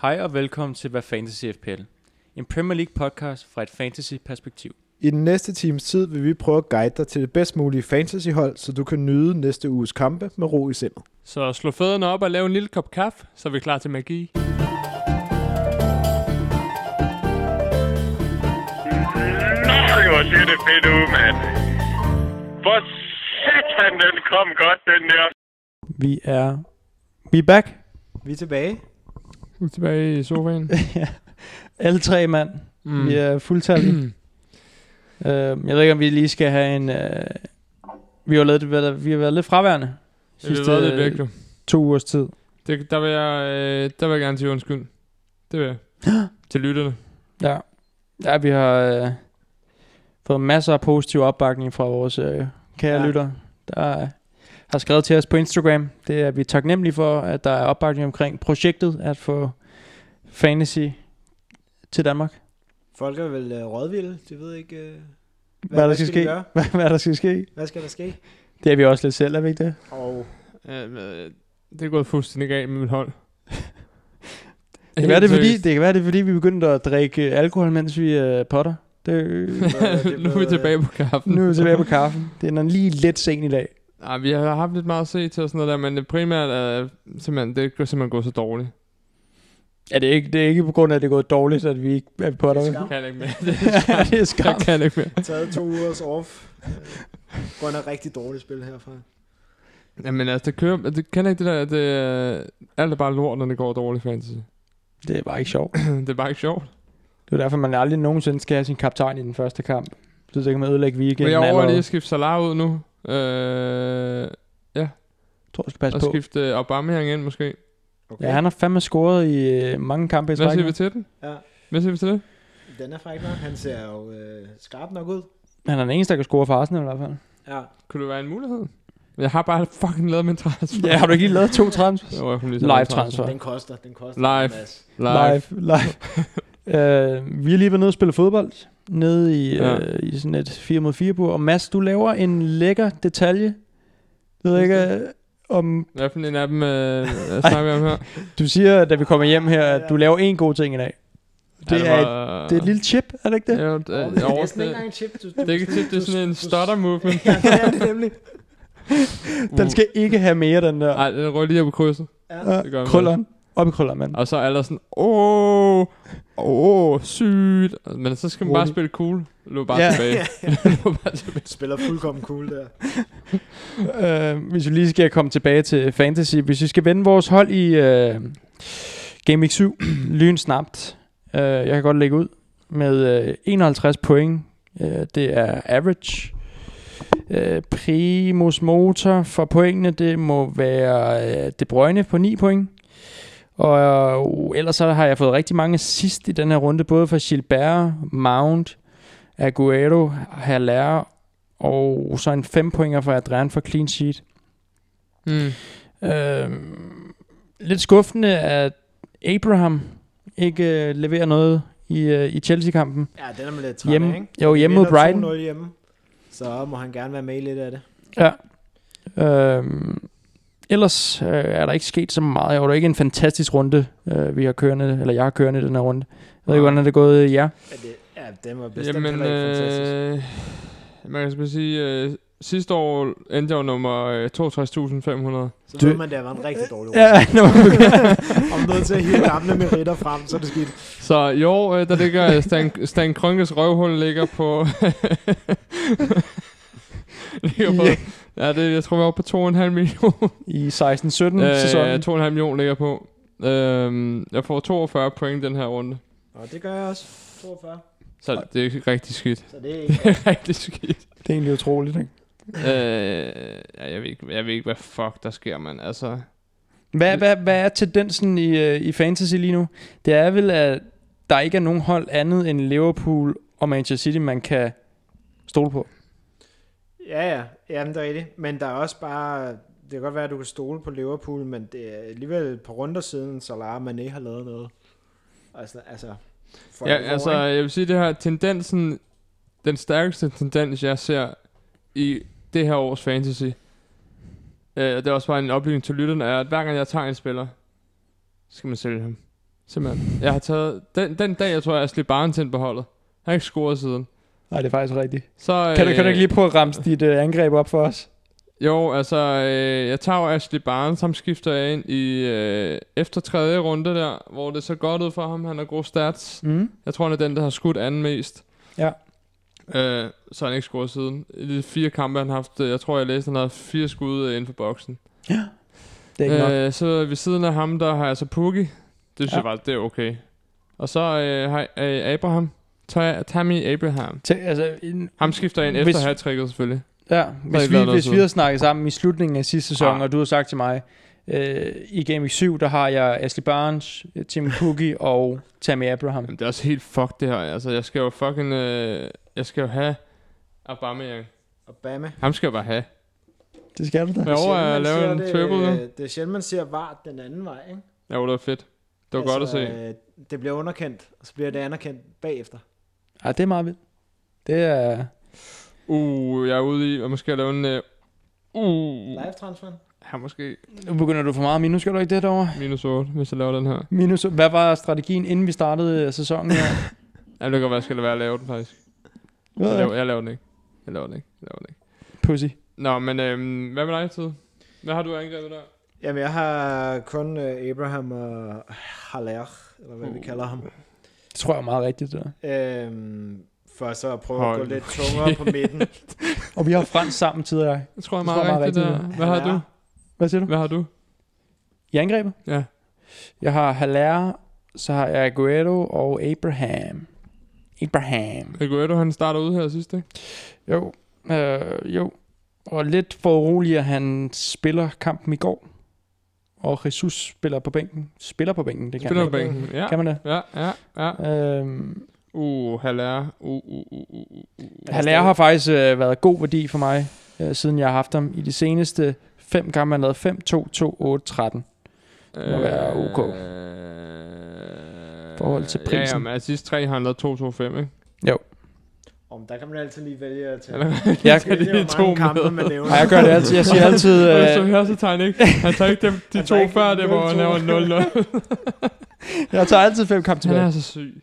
Hej og velkommen til Hvad Fantasy FPL. En Premier League podcast fra et fantasy-perspektiv. I den næste times tid vil vi prøve at guide dig til det bedst mulige fantasyhold, så du kan nyde næste uges kampe med ro i sindet. Så slå fødderne op og lav en lille kop kaffe, så er vi klar til magi. Nej, hvor ser det fedt ud, mand. Hvor satan, den kom godt, den der. Vi er... Vi er back. Vi er tilbage. Nu tilbage i sofaen. ja. Alle tre mand. Mm. Vi er fuldtallige. uh, jeg ved ikke, om vi lige skal have en... Uh... Vi, har lavet det, hvad der- vi har været lidt fraværende. Sidste, det ved det øh, væk, du. to ugers tid. Det, der, vil jeg, øh, der vil jeg gerne sige undskyld. Det vil jeg. til lytterne. Ja. Ja, vi har øh, fået masser af positiv opbakning fra vores øh, kære Ja. ja. lytter, der øh, har skrevet til os på Instagram. Det er vi taknemmelige for, at der er opbakning omkring projektet at få fantasy til Danmark. Folk er vel uh, rådvilde, de ved ikke, uh, hvad, Hvad, hvad der skal, ske? Hvad, hvad der skal ske? Hvad skal der ske? Det er vi også lidt selv, er vi ikke det? Og Øh, øh, det er gået fuldstændig galt med mit hold. Det kan, være, det, er fordi, det kan være, det er, fordi vi begyndte at drikke øh, alkohol, mens vi øh, potter. Det, det nu er vi blevet- tilbage på kaffen. nu er vi tilbage på kaffen. Det er nok lige lidt sen i dag. Nej, vi har haft lidt meget at se til og sådan noget der, men det primært er simpelthen, det er simpelthen gået så dårligt. Ja, det er ikke, det er ikke på grund af, at det er gået dårligt, at vi ikke er potter. Det er skam. Jeg kan ikke mere. Det Ja, det er jeg skam. kan ikke mere. taget to ugers off. Uh, grund af rigtig dårligt spil herfra. Jamen altså, det kører, det kan ikke det der, at det, øh, alt er bare lort, når det går dårligt fantasy. Det er bare ikke sjovt. det er bare ikke sjovt. Det er derfor, man aldrig nogensinde skal have sin kaptajn i den første kamp. Så det kan man ødelægge Men weekenden jeg overvejer lige allerede. at skifte Salah ud nu. Øh, Jeg tror, jeg skal passe og på. skifte øh, Aubameyang ind måske. Ja, han har fandme scoret i øh, mange kampe i Hvad træk. siger nu. vi til den? Ja, Hvad siger vi til det? den er fræk nok. Han ser jo uh, skarp nok ud. Han er den eneste, der kan score for Arsenal i hvert fald. Ja, Kunne det være en mulighed? Jeg har bare fucking lavet min transfer. Ja, har du ikke lige lavet to transfers? Jo, jeg kunne lige tage Live en transfer. den koster, den koster. Live. en masse. Live. Live. Live. øh, vi har lige været nede og spille fodbold. Nede i, Ja. øh, i sådan et 4 mod 4 bur. Og Mads, du laver en lækker detalje. Jeg ved ikke, øh, om Hvad for en af dem øh, snakker vi om her? du siger, da vi kommer hjem her, at du laver en god ting i dag. Det, Ja, er, et, var- det er et lille chip, er det ikke det? Ja, jo, Åh, det, men det er jo, næsten ikke engang det, en chip. Du, det er ikke tit, det er sådan en stutter movement. ja, det er det nemlig. uh. Den skal ikke have mere, den der. Nej, den røg lige op i krydset. Ja. det gør Ja, man. krølleren. Op i krølleren, mand. Og så er der sådan, åh, åh, sygt. Men så skal man bare Rolig. spille cool. Løb bare Ja. tilbage. Løb bare tilbage. Spiller fuldkommen cool der. Øh, hvis vi lige skal komme tilbage til fantasy. Hvis vi skal vende vores hold i øh, Game Week 7 lynsnapt. Øh, jeg kan godt lægge ud med øh, 51 point. Øh, det er average. Øh, primus motor for pointene, det må være øh, De Bruyne på 9 point. Og øh, ellers så har jeg fået rigtig mange sidst i den her runde, både fra Gilbert, Mount, Aguero, Haller og så en 5 pointer for Adrian for clean sheet. Mm. Øh, lidt skuffende, at Abraham ikke øh, leverer noget i, øh, i Chelsea-kampen. Ja, den er man lidt træt af, Hjemme, ikke? jo, hjemme mod Vinder Brighton. 2-0 hjemme. Så må han gerne være med i lidt af det. Ja. Øhm, ellers øh, er der ikke sket så meget. Jo, det er ikke en fantastisk runde, øh, vi har kørende, eller jeg har kørende i den her runde. Jeg ved ikke, hvordan er det gået jer? Ja, det, ja den var bestemt Jamen, Jamen, heller ikke fantastisk. øh, man kan simpelthen sige, øh, sidste år endte jeg jo nummer øh, 62.500. Så du- ved man, det var en rigtig dårlig runde. Ja, nu, Om nødt til at hive gamle meritter frem, så er det skidt. Så jo, øh, der ligger øh, Stan, Stan Kroenkes røvhul ligger på... ligger på ja, det, jeg tror, vi er oppe på 2,5 millioner. I 16-17 øh, Øh, sæsonen. 2,5 millioner ligger på. Øhm, jeg får 42 point den her runde. Og det gør jeg også. 42. Så det er rigtig skidt. Så det er Det er rigtig skidt. Det er egentlig utroligt, ikke? øh, ja, jeg, ved ikke, jeg ved ikke, hvad fuck der sker, mand. Altså, Hvad, hvad, hvad er tendensen i, øh, i fantasy lige nu? Det er vel, at der ikke er nogen hold andet end Liverpool og Manchester City, man kan stole på. Ja, ja. Jamen, det er rigtigt. Men der er også bare... Det kan godt være, at du kan stole på Liverpool, men det er alligevel et par runder siden, Salah og Mané har lavet noget. Altså, altså... For ja, alvor, altså, ikke? jeg vil sige, det her tendensen, den stærkeste tendens, jeg ser i det her års fantasy, øh, og det er også bare en oplevelse til lytterne, er, at hver gang jeg tager en spiller, så skal man sælge ham. Simpelthen. Jeg har taget... Den, den dag, jeg tror, jeg har slidt Barnes ind på holdet. Han har ikke scoret siden. Nej, det er faktisk rigtigt. Så, Kan, du, øh, kan du ikke lige prøve at ramse dit øh, angreb op for os? Jo, altså, øh, jeg tager jo Ashley Barnes, ham skifter jeg ind i øh, efter tredje runde der, hvor det så godt ud for ham, han har gode stats. Mm. Jeg tror, han er den, der har skudt anden mest. Ja. Øh, så har han ikke scoret siden. I de fire kampe, han har haft, øh, jeg tror, jeg læste, han havde fire skud øh, inden for boksen. Det er ikke øh, nok. Øh, så ved siden af ham, der har jeg så Pukki. Det synes Ja. ja. jeg bare, det er okay. Og så øh, har jeg øh, Abraham. Ta- Tammy Abraham. Til, altså, en, Ham skifter jeg ind Hvis- efter hat-tricket selvfølgelig. ja, ikke hvis vi, lavet noget hvis vi siden. havde snakket sammen i slutningen af sidste sæson, Ah. og du har sagt til mig, øh, i Game Week 7, der har jeg Ashley Barnes, Tim Pukki og Tammy Abraham. Jamen, det er også helt fucked det her. Altså, jeg skal jo fucking... Øh, jeg skal jo have Aubameyang. Obama. Ham skal jeg bare have. Det skal du da. Men jeg overvejer at Det er lave sjældent, en man ser triple. det, øh, Det er sjældent, man ser var den anden vej, ikke? Ja, det var fedt. Det var Altså, godt at se. at se. Det bliver underkendt, og så bliver det anerkendt bagefter. Ja, det er meget vildt. Det er... Uh, jeg er ude i, og måske lave en... Øh, Mm. uh, Live transferen. her måske Nu begynder du for meget minus, gør du ikke det derovre? minus 8, hvis jeg laver den her. Minus, hvad var strategien, inden vi startede øh, sæsonen her? Ja, det kan godt være, jeg skal lade være at lave den, faktisk. Ved Jeg jeg laver, ikke. jeg laver den ikke. Jeg laver den ikke. Jeg laver den ikke. Pussy. Nå, men øhm, hvad med dig, tid? Hvad har du angrebet der? Jamen, jeg har kun øh, Abraham og Haller, eller hvad vi Uh. kalder ham. Det tror jeg er meget rigtigt, det der. Øhm, for så at prøve Hold at gå lidt nu tungere på midten. Og vi har fransk sammen tidligere. Jeg tror, jeg Det er tror jeg er meget meget rigtigt rigtigt, der. Hvad har du? Haller. Hvad siger du? Hvad har du? I angrebet? Ja. Jeg har Haller, så har jeg Aguero og Abraham. Abraham. Aguero, han starter ud her sidst, ikke? Jo, øh, jo. Og lidt for urolig, at han spiller kampen i går. Og Jesus spiller på bænken. Spiller på bænken, det Spiller på kan man. bænken. Ja, Kan man det? ja, ja, ja. Øhm, Uh, halvær. Uh, uh, uh, uh, uh, uh. Haller har faktisk øh, været god værdi for mig, øh, siden jeg har haft ham i de seneste fem kampe. Han lavede 5, 2, 2, 8, 13. må være ok. Øh, Forhold til Ja, prisen. jamen, altså sidst tre har han lavet 2-2-5, ikke? Om der kan man altid lige vælge at tage. Eller- Jeg, Det er lige lige to mange kampe, med. man nævner. og jeg gør det altid. Jeg siger altid... Øh, så Øh, her, så tager han ikke. Han tager ikke dem, de Han to tager ikke før, det hvor han 0-2. laver 0-0. jeg tager altid fem kampe Han er tilbage. så syg.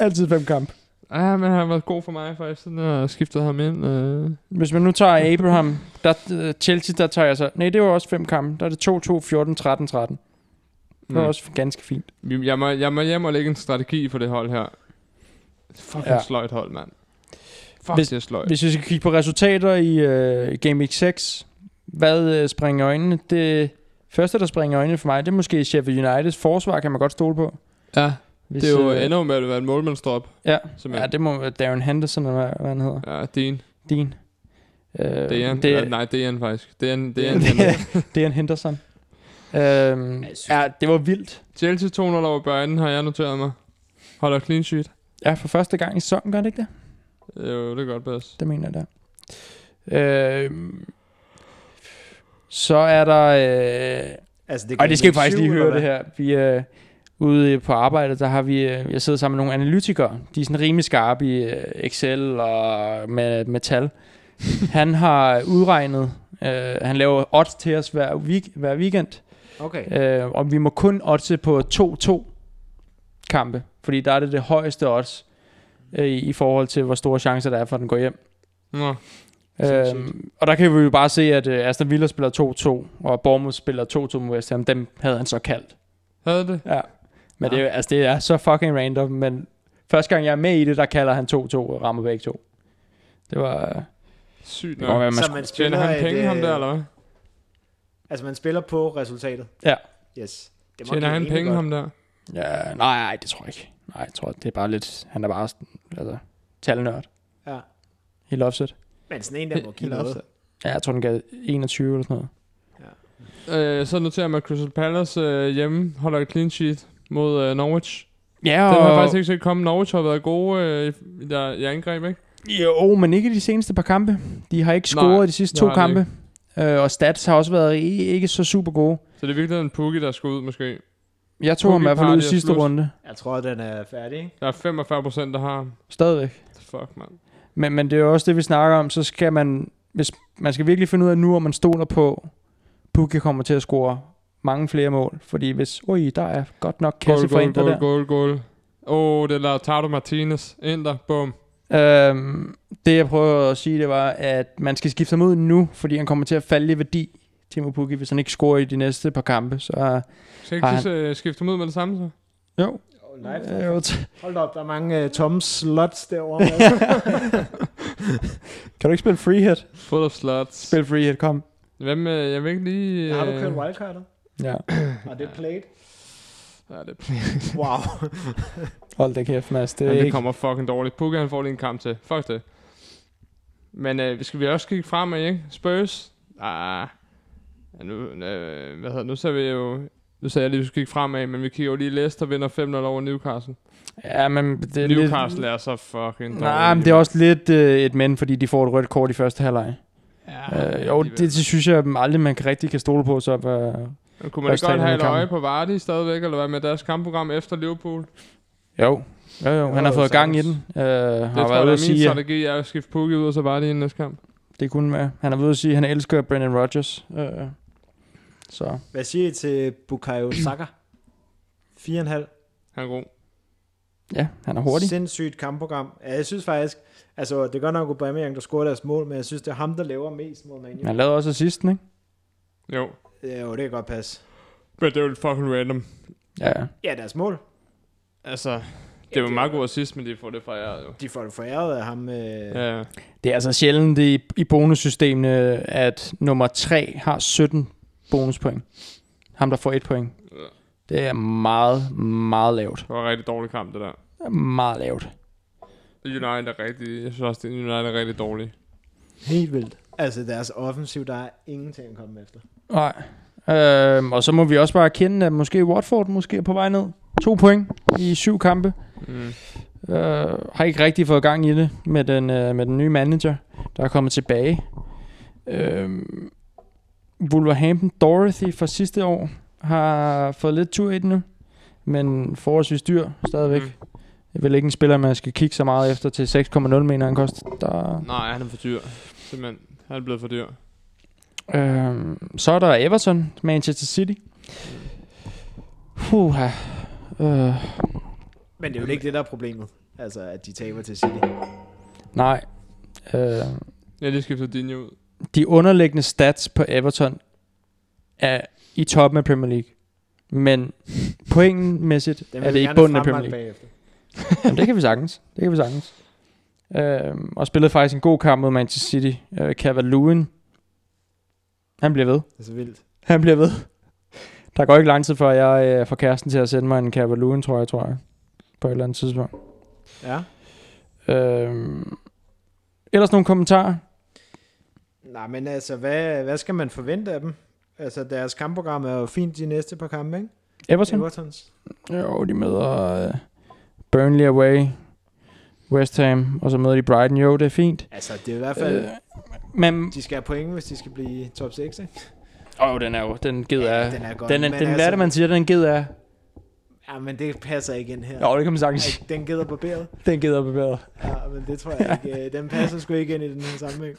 Altid fem kampe. Ja, men han har været god for mig, faktisk, siden jeg skiftede ham ind. Øh. Hvis man nu tager Abraham, der, øh, Chelsea, der tager jeg så... Nej, det var også fem kampe. Der er det 2-2, 14, 13, 13. Det var Mm. også ganske fint. Vi- Jeg må, jeg må hjem og lægge en strategi for det hold her. Fucking Ja. ja. sløjt hold, mand. Fuck, Hvis- det er sløjt. Hvis vi skal kigge på resultater i øh, Game Week 6, hvad øh, springer i øjnene? Det første, der springer i øjnene for mig, det er måske Sheffield Uniteds forsvar, kan man godt stole på. ja, Hvis, det er jo øh, endnu med at være en målmandsdrop. Ja, Som ja, ja, det må være Darren Henderson, eller hvad, hvad han hedder. ja, din. Din. Øh, Det er en, det, det, nej, det er en faktisk. Det er en, det er en, det, er, det er en Henderson. Øhm, jeg synes- ja, det var vildt. Chelsea 2-0 over Bayern, har jeg noteret mig. Holder clean sheet. Ja, for første gang i sæsonen, gør det ikke det? Jo, det kan godt passe. Det mener jeg, det er. Øhm, så er der... Øh, Altså, det, og det skal vi Game Week faktisk lige syv, høre det eller her. Vi er øh, ude på arbejde, der har vi... Øh, jeg sidder sammen med nogle analytikere. De er sådan rimelig skarpe i øh, Excel og med, med tal. han har udregnet... Øh, han laver odds til os hver, week, hver weekend. hvad? Okay. Øh, og vi må kun oddse på 2-2 kampe, fordi der er det det højeste odds øh, i i forhold til, hvor store chancer der er for, at den går hjem. Nå, Sindssygt. Øhm, og der kan vi jo bare se, at øh, Aston Villa spiller 2-2, og Bournemouth spiller 2-2 mod West Ham. Dem havde han så kaldt. havde det? Ja. Men det, er jo- altså, det er så fucking random, men første gang jeg er med i det, der kalder han 2-2 og rammer begge to. Det var... øh, Sygt Det kan godt nok. være, man Så skulle- man Tjener spiller, han et, penge, ham øh, der, eller hvad? Altså, man spiller på resultatet. Ja. Yes. Det må Tjener give han rimelig penge, godt. ham der? Ja, nej, nej, det tror jeg ikke. Nej, jeg tror, det er bare lidt... Han er bare sådan, altså, talnørd. Ja. Helt offset. Men sådan en, der må give Helt noget. Ja, jeg tror, den gav 21 eller sådan noget. Øh, så noterer man, at Crystal Palace øh, hjemme holder et clean sheet mod øh, Norwich. Ja, Det har jeg og... faktisk ikke set komme. Norwich har været gode øh, i- i, der, i angreb, ikke? Jo, men ikke de seneste par kampe. De har ikke scoret Nej, de sidste det to har de kampe. Øh, og stats har også været i- ikke så super gode. Så det er virkelig en Pukki, der skal ud, måske. Jeg tog ham i Pukki, hvert fald ud i Party og sidste Slut. runde. Jeg tror, den er færdig, ikke? Der er 45 procent, der har ham. Stadigvæk. Fuck, mand. Men, men det er jo også det, vi snakker om. Så skal man... Hvis man skal virkelig finde ud af nu, om man stoler på, Pukki kommer til at score mange flere mål. Fordi hvis, ui, der er godt nok kasse Goal, for goal, Inter goal, der. goal, goal. Åh, oh, det er Lautaro Martinez. Inter, bum. Øhm, det jeg prøver at sige, det var, at man skal skifte ham ud nu, fordi han kommer til at falde i værdi, Timo Pukki, hvis han ikke scorer i de næste par kampe. Så øh, Skal jeg Ej. ikke lige øh, skifte dem ud med det samme så? jo, Oh, nej, øh, jo t- Hold da op, der er mange uh, tomme slots derovre. mand. kan du ikke spille free hit? Full of slots. Spil free hit, kom. Hvad med, jeg vil ikke lige... Har du kørt øh, wildcardet? Ja, Og det er played? Ja, det, Wow. hold da kæft, Mads. Det, det, er det ikke... kommer fucking dårligt. Puka, han får lige en kamp til. Fuck det. Men øh, skal vi også kigge fremad, ikke? Spurs? Ah. Ja, nu, øh, hvad hedder, nu ser vi jo... Nu sagde jeg lige, at vi skulle kigge fremad, men vi kigger jo lige Leicester vinder 5-0 over Newcastle. Ja, men det er Newcastle lidt... er så fucking dårlig. Nej, men det er også lidt øh, et men, fordi de får et rødt kort i første halvleg. Ah, Ja, Øh, jo, det, det synes jeg aldrig, man kan rigtig kan stole på. Så, øh, Men kunne man Først ikke godt træner have med et øje kampen. på Vardy stadigvæk, eller hvad med deres kampprogram efter Liverpool? Det jo, jo, jo, han har Jo, fået gang i sagtens. den. Øh, det har tror været ude jeg, der at er min sige, at strategi, er at skifte Pukki ud, og så Vardy i næste kamp. det kunne være. Han har været ude at sige, at han elsker Brendan Rodgers. Øh, så Hvad siger I til Bukayo Saka? 4,5. Han er god. ja, han er hurtig. Sindssygt kampprogram. Ja, jeg synes faktisk, altså det er godt nok Aubameyang, der scorer deres mål, men jeg synes, det er ham, der laver mest mod Men Manu. han lavede også assisten, ikke? Jo. Ja. Jo, det kan godt passe. Men det er jo fucking random. Ja, Ja, deres mål. Altså, det er jo meget god assist, men de får det fejret jo. De får det foræret af ham. Øh, ja. Ja. det er altså sjældent i, i bonussystemene, at nummer 3 har 17 bonuspoint. Ham, der får 1 point. Ja. Det er meget, meget lavt. Det var en rigtig dårlig kamp, det der. Meget lavt. United er rigtig... Jeg synes også, at United er rigtig dårlig. Helt vildt. Altså deres offensiv, der er ingenting at komme efter. Nej. Øhm, og så må vi også bare erkende, at måske Watford måske er på vej ned. To point i syv kampe. Mm. Øh, har ikke rigtig fået gang i det med den, øh, med den nye manager, der er kommet tilbage. Øh, Wolverhampton Dorothy fra sidste år har fået lidt tur i den nu, men forholdsvis dyr stadigvæk. Mm. Jeg vil ikke en spiller, man skal kigge så meget efter til 6,0, mener han koster. Der, Nej, han er for dyr. Simpelthen. Han er blevet for dyr. Øh, så er der Everton, Manchester City. Puh, øh, Men det er jo ikke det, der er problemet. Altså, at de taber til City. nej. Øh, Jeg har lige skiftet Dinje ud. de underliggende stats på Everton er i toppen af Premier League. Men pointmæssigt Dem vil er det vi ikke gerne bunden af fremme Premier League. Bagefter. Jamen, det kan vi sagtens. Det kan vi sagtens. Øh, og spillede faktisk en god kamp mod Manchester City. Øh, Cavalouen. Han bliver ved. Det er så vildt. Han bliver ved. Der går ikke lang tid, før jeg øh, får kæresten til at sende mig en Cavaloon, tror jeg, tror jeg. På et eller andet tidspunkt. Ja. Øhm, ellers nogle kommentarer? Nej, men altså, hvad, hvad skal man forvente af dem? Altså, deres kampprogram er jo fint de næste par kampe, ikke? Everton? Evertons. Jo, de møder øh, Burnley away, West Ham, og så møder de Brighton. Jo, det er fint. Altså, det er i hvert fald, Øh, øh. men, de skal have point, hvis de skal blive top 6, ikke? åh, oh, den er jo, den ged er. den er godt. Den, er, men altså- den hvad er det, man siger, den ged er? Ja, men det passer ikke ind her. Jo, det kan man sagtens sige. Ej, Den gider barberet. Den ged er bevæget. Ja, men det tror jeg ikke. øh, Den passer sgu ikke ind i den her sammenhæng.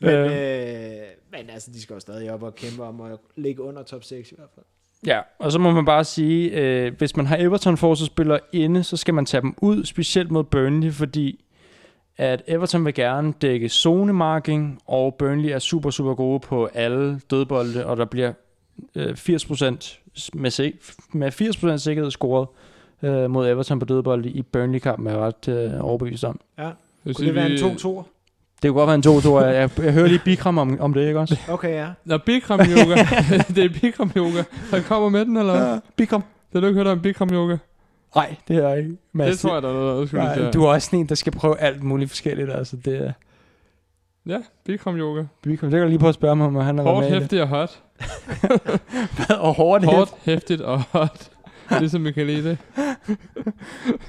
Men, Øh. øh, men altså, de skal jo stadig op og kæmpe om at ligge under top 6 i hvert fald. Ja, og så må man bare sige, øh, hvis man har Everton forsvarsspillere inde, så skal man tage dem ud, specielt mod Burnley, fordi at Everton vil gerne dække zonemarking, og Burnley er super, super gode på alle dødbolde, og der bliver øh, 80% med, se, med 80% sikkerhed scoret øh, mod Everton på dødbolde i Burnley-kampen, er jeg ret øh, overbevist om. Hvis Kunne det være en 2-2'er? Det kunne godt være en 2-2, jeg, jeg, jeg hører lige Bikram om, om det, ikke også? Okay, ja. Nå, Bikram Yoga. det er Bikram Yoga. Han kommer med den, eller hvad? Bikram? Det har du ikke hørt om Bikram Yoga. Nej, det er jeg ikke. Mads, Det tror jeg, der er noget, der skulle lige Nej, sige. du er også sådan en, der skal prøve alt muligt forskelligt. Altså, det er... Ja, Bikram Yoga. Vi kom sikkert lige på at spørge ham, om han har Hårdt, været med i hæftigt og hot. det. Og hårdt Hårdt, hæftigt og hot. Ligesom vi kan lide det.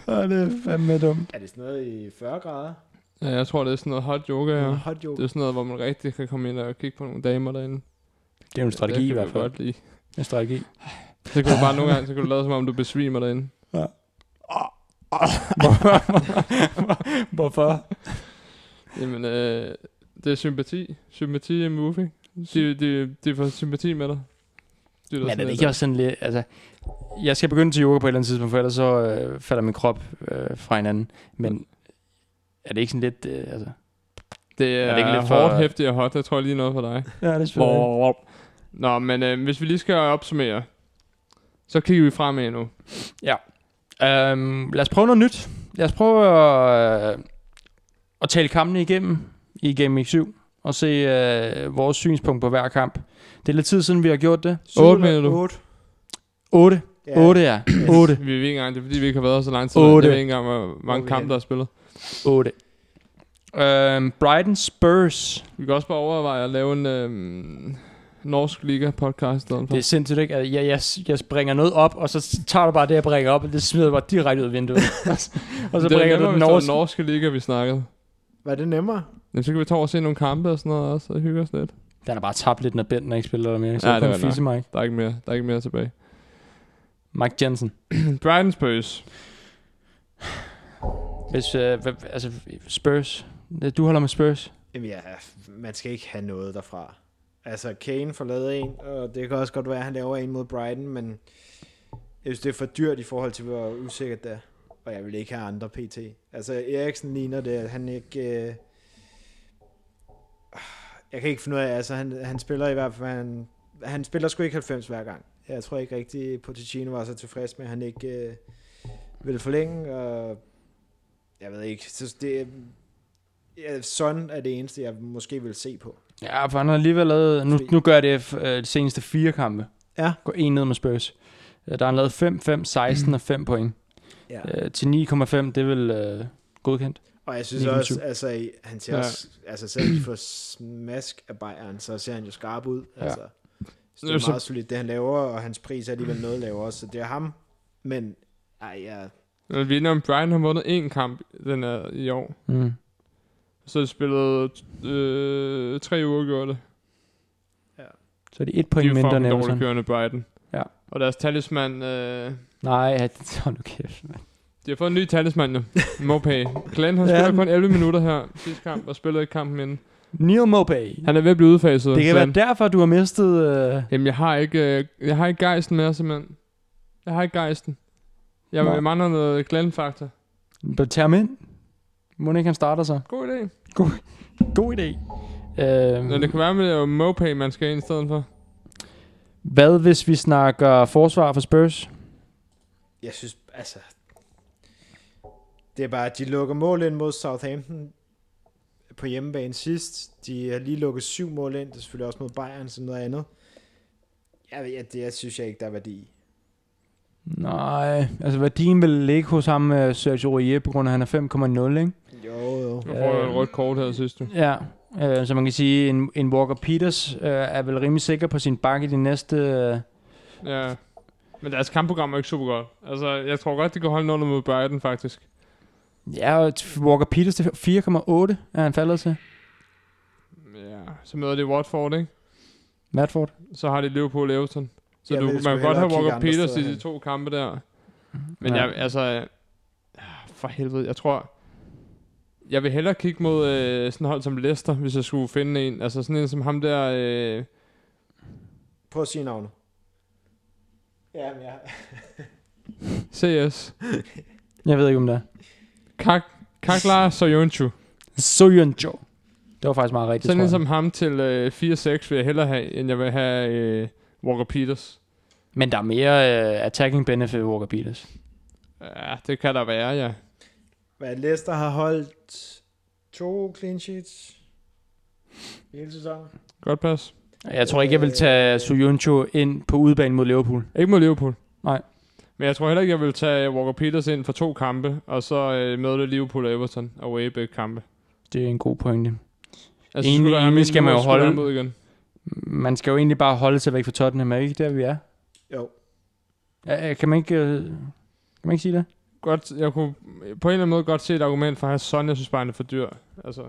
Og det er fandme dumt. Er det sådan noget i 40 grader? Ja, jeg tror, det er sådan noget hot yoga, ja. Ja. Hot yoga. Det er sådan noget, hvor man rigtig kan komme ind og kigge på nogle damer derinde. Det er jo en det strategi kan i hvert vi fald. Godt lide. En strategi. Så kan du bare nogle gange, så kan du lade som om, du besvimer derinde. Hvorfor? Jamen, øh, det er sympati. Sympati er movie. De, de, de får sympati med dig. Det lyder Men er sådan det lidt- ikke også sådan lidt... Altså, jeg skal begynde til yoga på et eller andet tidspunkt, for ellers så øh, falder min krop øh, fra hinanden. Men er det ikke sådan lidt... Øh, altså, Det er, Er er det det ikke lidt for- hårdt, hæftigt og hot. Jeg tror lige noget for dig. ja, det er Nå, men øh, hvis vi lige skal opsummere, så kigger vi fremad nu. Øhm, lad os prøve noget nyt. Lad os prøve at, øh, at tale kampene igennem i Game 7 og se øh, vores synspunkt på hver kamp. Det er lidt tid siden, vi har gjort det. Otte, mener du? 8. 8. Ja. 8, ja. 8. Vi ved ikke engang, det er fordi, vi ikke har været her så lang tid. Otte. Jeg ved ikke engang, hvor mange Otte, kampe, der er spillet. 8. Øhm, Brighton Spurs. Vi kan også bare overveje at lave en øhm, norsk liga podcast. Det er sindssygt, ikke? Altså, Jeg, jeg, jeg bringer noget op, og så tager du bare det, jeg bringer op, og det smider du bare direkte ud af vinduet. og så det bringer du den norske. norske. Den norske liga, vi snakkede. Var det nemmere? Jamen, så kan vi tage over og se nogle kampe og sådan noget også, og hygge os lidt. Den er bare tabt lidt, når Benten ikke spiller der mere. Så Ja, ja, det kom var nok. fisse Mike. Der er ikke mere, der er ikke mere tilbage. Mike Jensen. Brighton Spurs. Hvis, øh, hvad- altså, Spurs. Du holder med Spurs. Jamen ja, man skal ikke have noget derfra. Altså, Kane får lavet en, og det kan også godt være, at han laver en mod Brighton, men jeg synes, det er for dyrt i forhold til, hvor usikkert det er. Og jeg vil ikke have andre PT. Altså, Eriksen ligner det, at han ikke... Øh... Jeg kan ikke finde ud af, altså, han, han spiller i hvert fald... Han, han spiller sgu ikke 90 hver gang. Jeg tror ikke rigtig, Pochettino var så tilfreds med, at han ikke øh, ville forlænge, og jeg ved ikke. Så det, Ja, Son er det eneste, jeg måske vil se på. Ja, for han har alligevel lavet... Nu, nu gør jeg det øh, de seneste fire kampe. Ja. Går en ned med Spurs. Øh, Der har han lavet 5, 5, 16 og 5 point. Ja. Øh, til 9,5, det er vel øh, godkendt. Og jeg synes Nick også, Mitchell. altså, i- han ser Ja. ja. også, altså selvom de får smask af Bayern, så ser han jo skarp ud. Ja. Altså, så det Ja, så- er meget solidt, det han laver, og hans pris er alligevel noget lavere, så det er ham. Men, ej, ja, Men vi er enige om, Brighton har vundet én kamp den er i år. Mm. Så har de spillet øh, tre uger gjorde det. Så er det et De point er mindre end fucking dårligt Everton. kørende Brighton. Ja. Og deres talisman, øh, Nej, ja, det- hold nu kæft. mand. de har fået en ny talisman nu. Mopay. Glenn har Ja, spillet den- kun 11 minutter her sidste kamp, og spillede ikke kampen inden. Neil Mopay. Han er ved at blive udfaset. Det kan Glenn. være derfor, du har mistet... Øh, Jamen, jeg har ikke, øh, jeg har ikke gejsten med, simpelthen. Jeg har ikke gejsten. Jeg, Nå. jeg mangler noget Glenn-faktor. but tag ham øh, ind. Må ikke han starter sig? God idé. God idé. Øh, Nå, det kan være, at det er jo Mopay, man skal ind i stedet for. Hvad hvis vi snakker forsvar for Spurs? jeg synes, altså, det er bare, at de lukker mål ind mod Southampton på hjemmebane sidst. De har lige lukket syv mål ind, det er selvfølgelig også mod Bayern, som noget andet. Jeg, jeg, det jeg synes jeg ikke, der er værdi i. Nej, altså værdien vil ligge hos ham, øh, Sergio Aurier, på grund af, at han er 5,0, ikke? Jo, jo. Nu får jeg Øh. et rødt kort her, synes du. Ja, øh, så man kan sige, en, en Walker Peters øh, er vel rimelig sikker på sin bakke i de næste... Øh, Ja. Men deres kampprogram er ikke super godt. Altså, jeg tror godt, de kan holde noget mod Brighton, faktisk. ja, og t- Walker Peters til 4,8 er han faldet til. Ja. Så møder de Watford, ikke? Watford. Så har de Liverpool og Everton. Så Jeg du, vil man sgu kan godt hellere have kigge Walker andre Peters i steder de hen. to kampe der. Men Ja. ja. jeg, altså... øh, For helvede, jeg tror... Jeg vil hellere kigge mod øh, sådan et hold som Leicester, hvis jeg skulle finde en. Altså sådan en som ham der... Øh, Prøv at sige navnet. Ja, men jeg... CS. Jeg ved ikke, om det er. Kak, Kakla Soyuncu. Soyun Joe. Det var faktisk meget rigtigt, Sådan tror en jeg. som ham til øh, 4-6 vil jeg hellere have, end jeg vil have øh, Walker Peters. Men der er mere øh, attacking benefit ved Walker Peters. Ja, det kan der være, ja. Hvad Leicester har holdt to clean sheets i hele sæsonen. Godt pas. Jeg tror ikke, jeg vil tage Soyuncu ind på udebane mod Liverpool. Ikke mod Liverpool. Nej. Men jeg tror heller ikke, jeg vil tage Walker Peters ind for to kampe, og så øh, møde det Liverpool og Everton og Wayback kampe. Det er en god pointe. Altså, Egentlig- skulle der have egentlig skal minimum, man jo skulle der holde- have mod igen. Man skal jo egentlig bare holde sig væk fra Tottenham, er det ikke der, vi er? Jo. Ja, ja, Kan man ikke, øh, kan man ikke sige det? Godt, jeg kunne på en eller anden måde godt se et argument for at have Son, jeg synes bare, han er for dyr. Altså,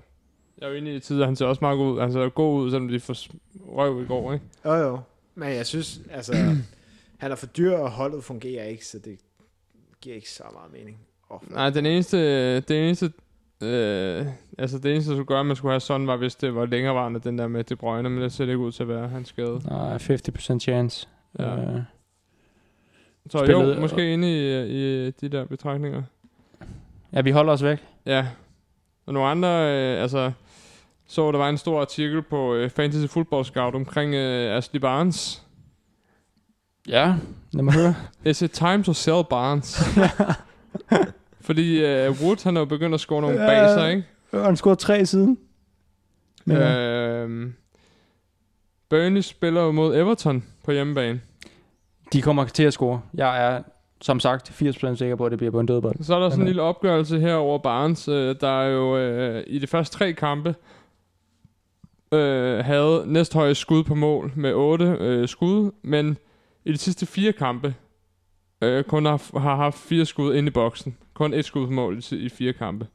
jeg er jo enig i tider, han ser også meget god ud. Han ser god ud, selvom de får s- røv i går, ikke? Jo, jo. Men jeg synes, altså, han er for dyr, og holdet fungerer ikke, så det giver ikke så meget mening. Oh, Nej, den eneste, det eneste, øh, altså det eneste, der skulle gøre, at man skulle have Son, var, hvis det var længerevarende, den der med De Bruyne, men det ser det ikke ud til at være, han skade. Nej, 50% chance. Ja. Ja. Øh, Så Spillet- jo, måske inde i, i de der betragtninger. ja, vi holder os væk. Ja. Og nogle andre, øh, altså, så der var en stor artikel på øh, Fantasy Football Scout omkring øh, Ashley Barnes. Ja. Lad mig høre. Is it time to sell Barnes? Fordi øh, Wood, han er jo begyndt at score nogle Ja. baser, ikke? Og han scorede tre siden. Men, øh. Øh, Burnley spiller jo mod Everton på hjemmebane. De kommer til at score. Jeg er som sagt 80% sikker på, at det bliver på en dødbold. Så er der sådan en Okay. lille opgørelse her over Barnes, øh, der er jo øh, i de første tre kampe øh, havde næsthøjest skud på mål med 8 øh, skud, men i de sidste fire kampe øh, kun har, har haft fire skud inde i boksen. Kun et skud på mål i, i fire kampe.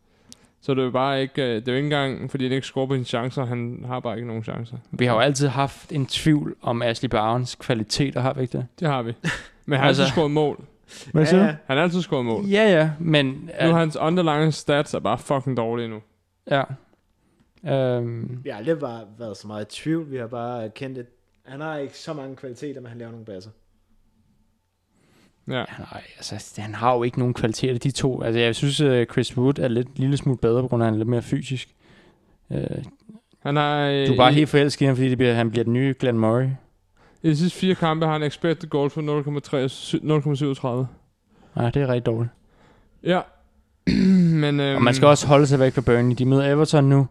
Så det er jo bare ikke, øh, det er jo ikke engang, fordi han ikke scorer på sine chancer, han har bare ikke nogen chancer. Vi har jo altid haft en tvivl om Ashley Barnes kvaliteter, har vi ikke det? Det har vi. Men han har altså, Altså- altid scoret mål. Hvad ja, ja. Han har altid scoret mål. Ja, ja, men... Nu øh, er hans underlying stats er bare fucking dårlige nu. Ja. Øhm, Vi har aldrig bare været så meget i tvivl. Vi har bare kendt det. Han har ikke så mange kvaliteter, men han laver nogle basser. Ja. nej, altså, han har jo ikke nogen kvaliteter, de to. Altså, jeg synes, øh, Chris Wood er lidt, en lille smule bedre, på grund af, at han er lidt mere fysisk. Øh, Han har, øh, du er bare i, helt forelsket i ham, fordi det bliver, han bliver den nye Glenn Murray. I de sidste fire kampe har han expected goals på 0,37. Nej, det er rigtig dårligt. Ja. men, øhm, Og man skal også holde sig væk fra Burnley. De møder Everton nu.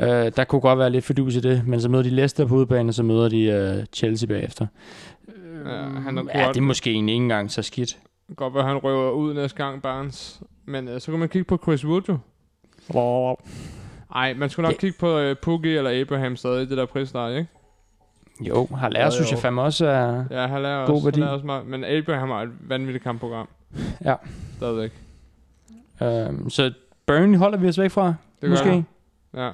Øh, der kunne godt være lidt fordus i det, men så møder de Leicester på udebane, og så møder de øh, Chelsea bagefter. Øh, Ja, han er ja, godt, det er måske egentlig ikke engang så skidt. godt være, han røver ud næste gang, Barnes. Men øh, så kan man kigge på Chris Wood jo. Nej, man skulle nok Det- kigge på øh, Pukki eller Abraham stadig i det der prisleje, ikke? Jo, har lærer, Jo, synes jo. jeg fandme også er... Ja, han lærer God også, værdi. han lærer også meget. Men Abraham har et vanvittigt kampprogram. Ja. Stadigvæk. Øh, så Burnley holder vi os væk fra, Det måske. han. Ja.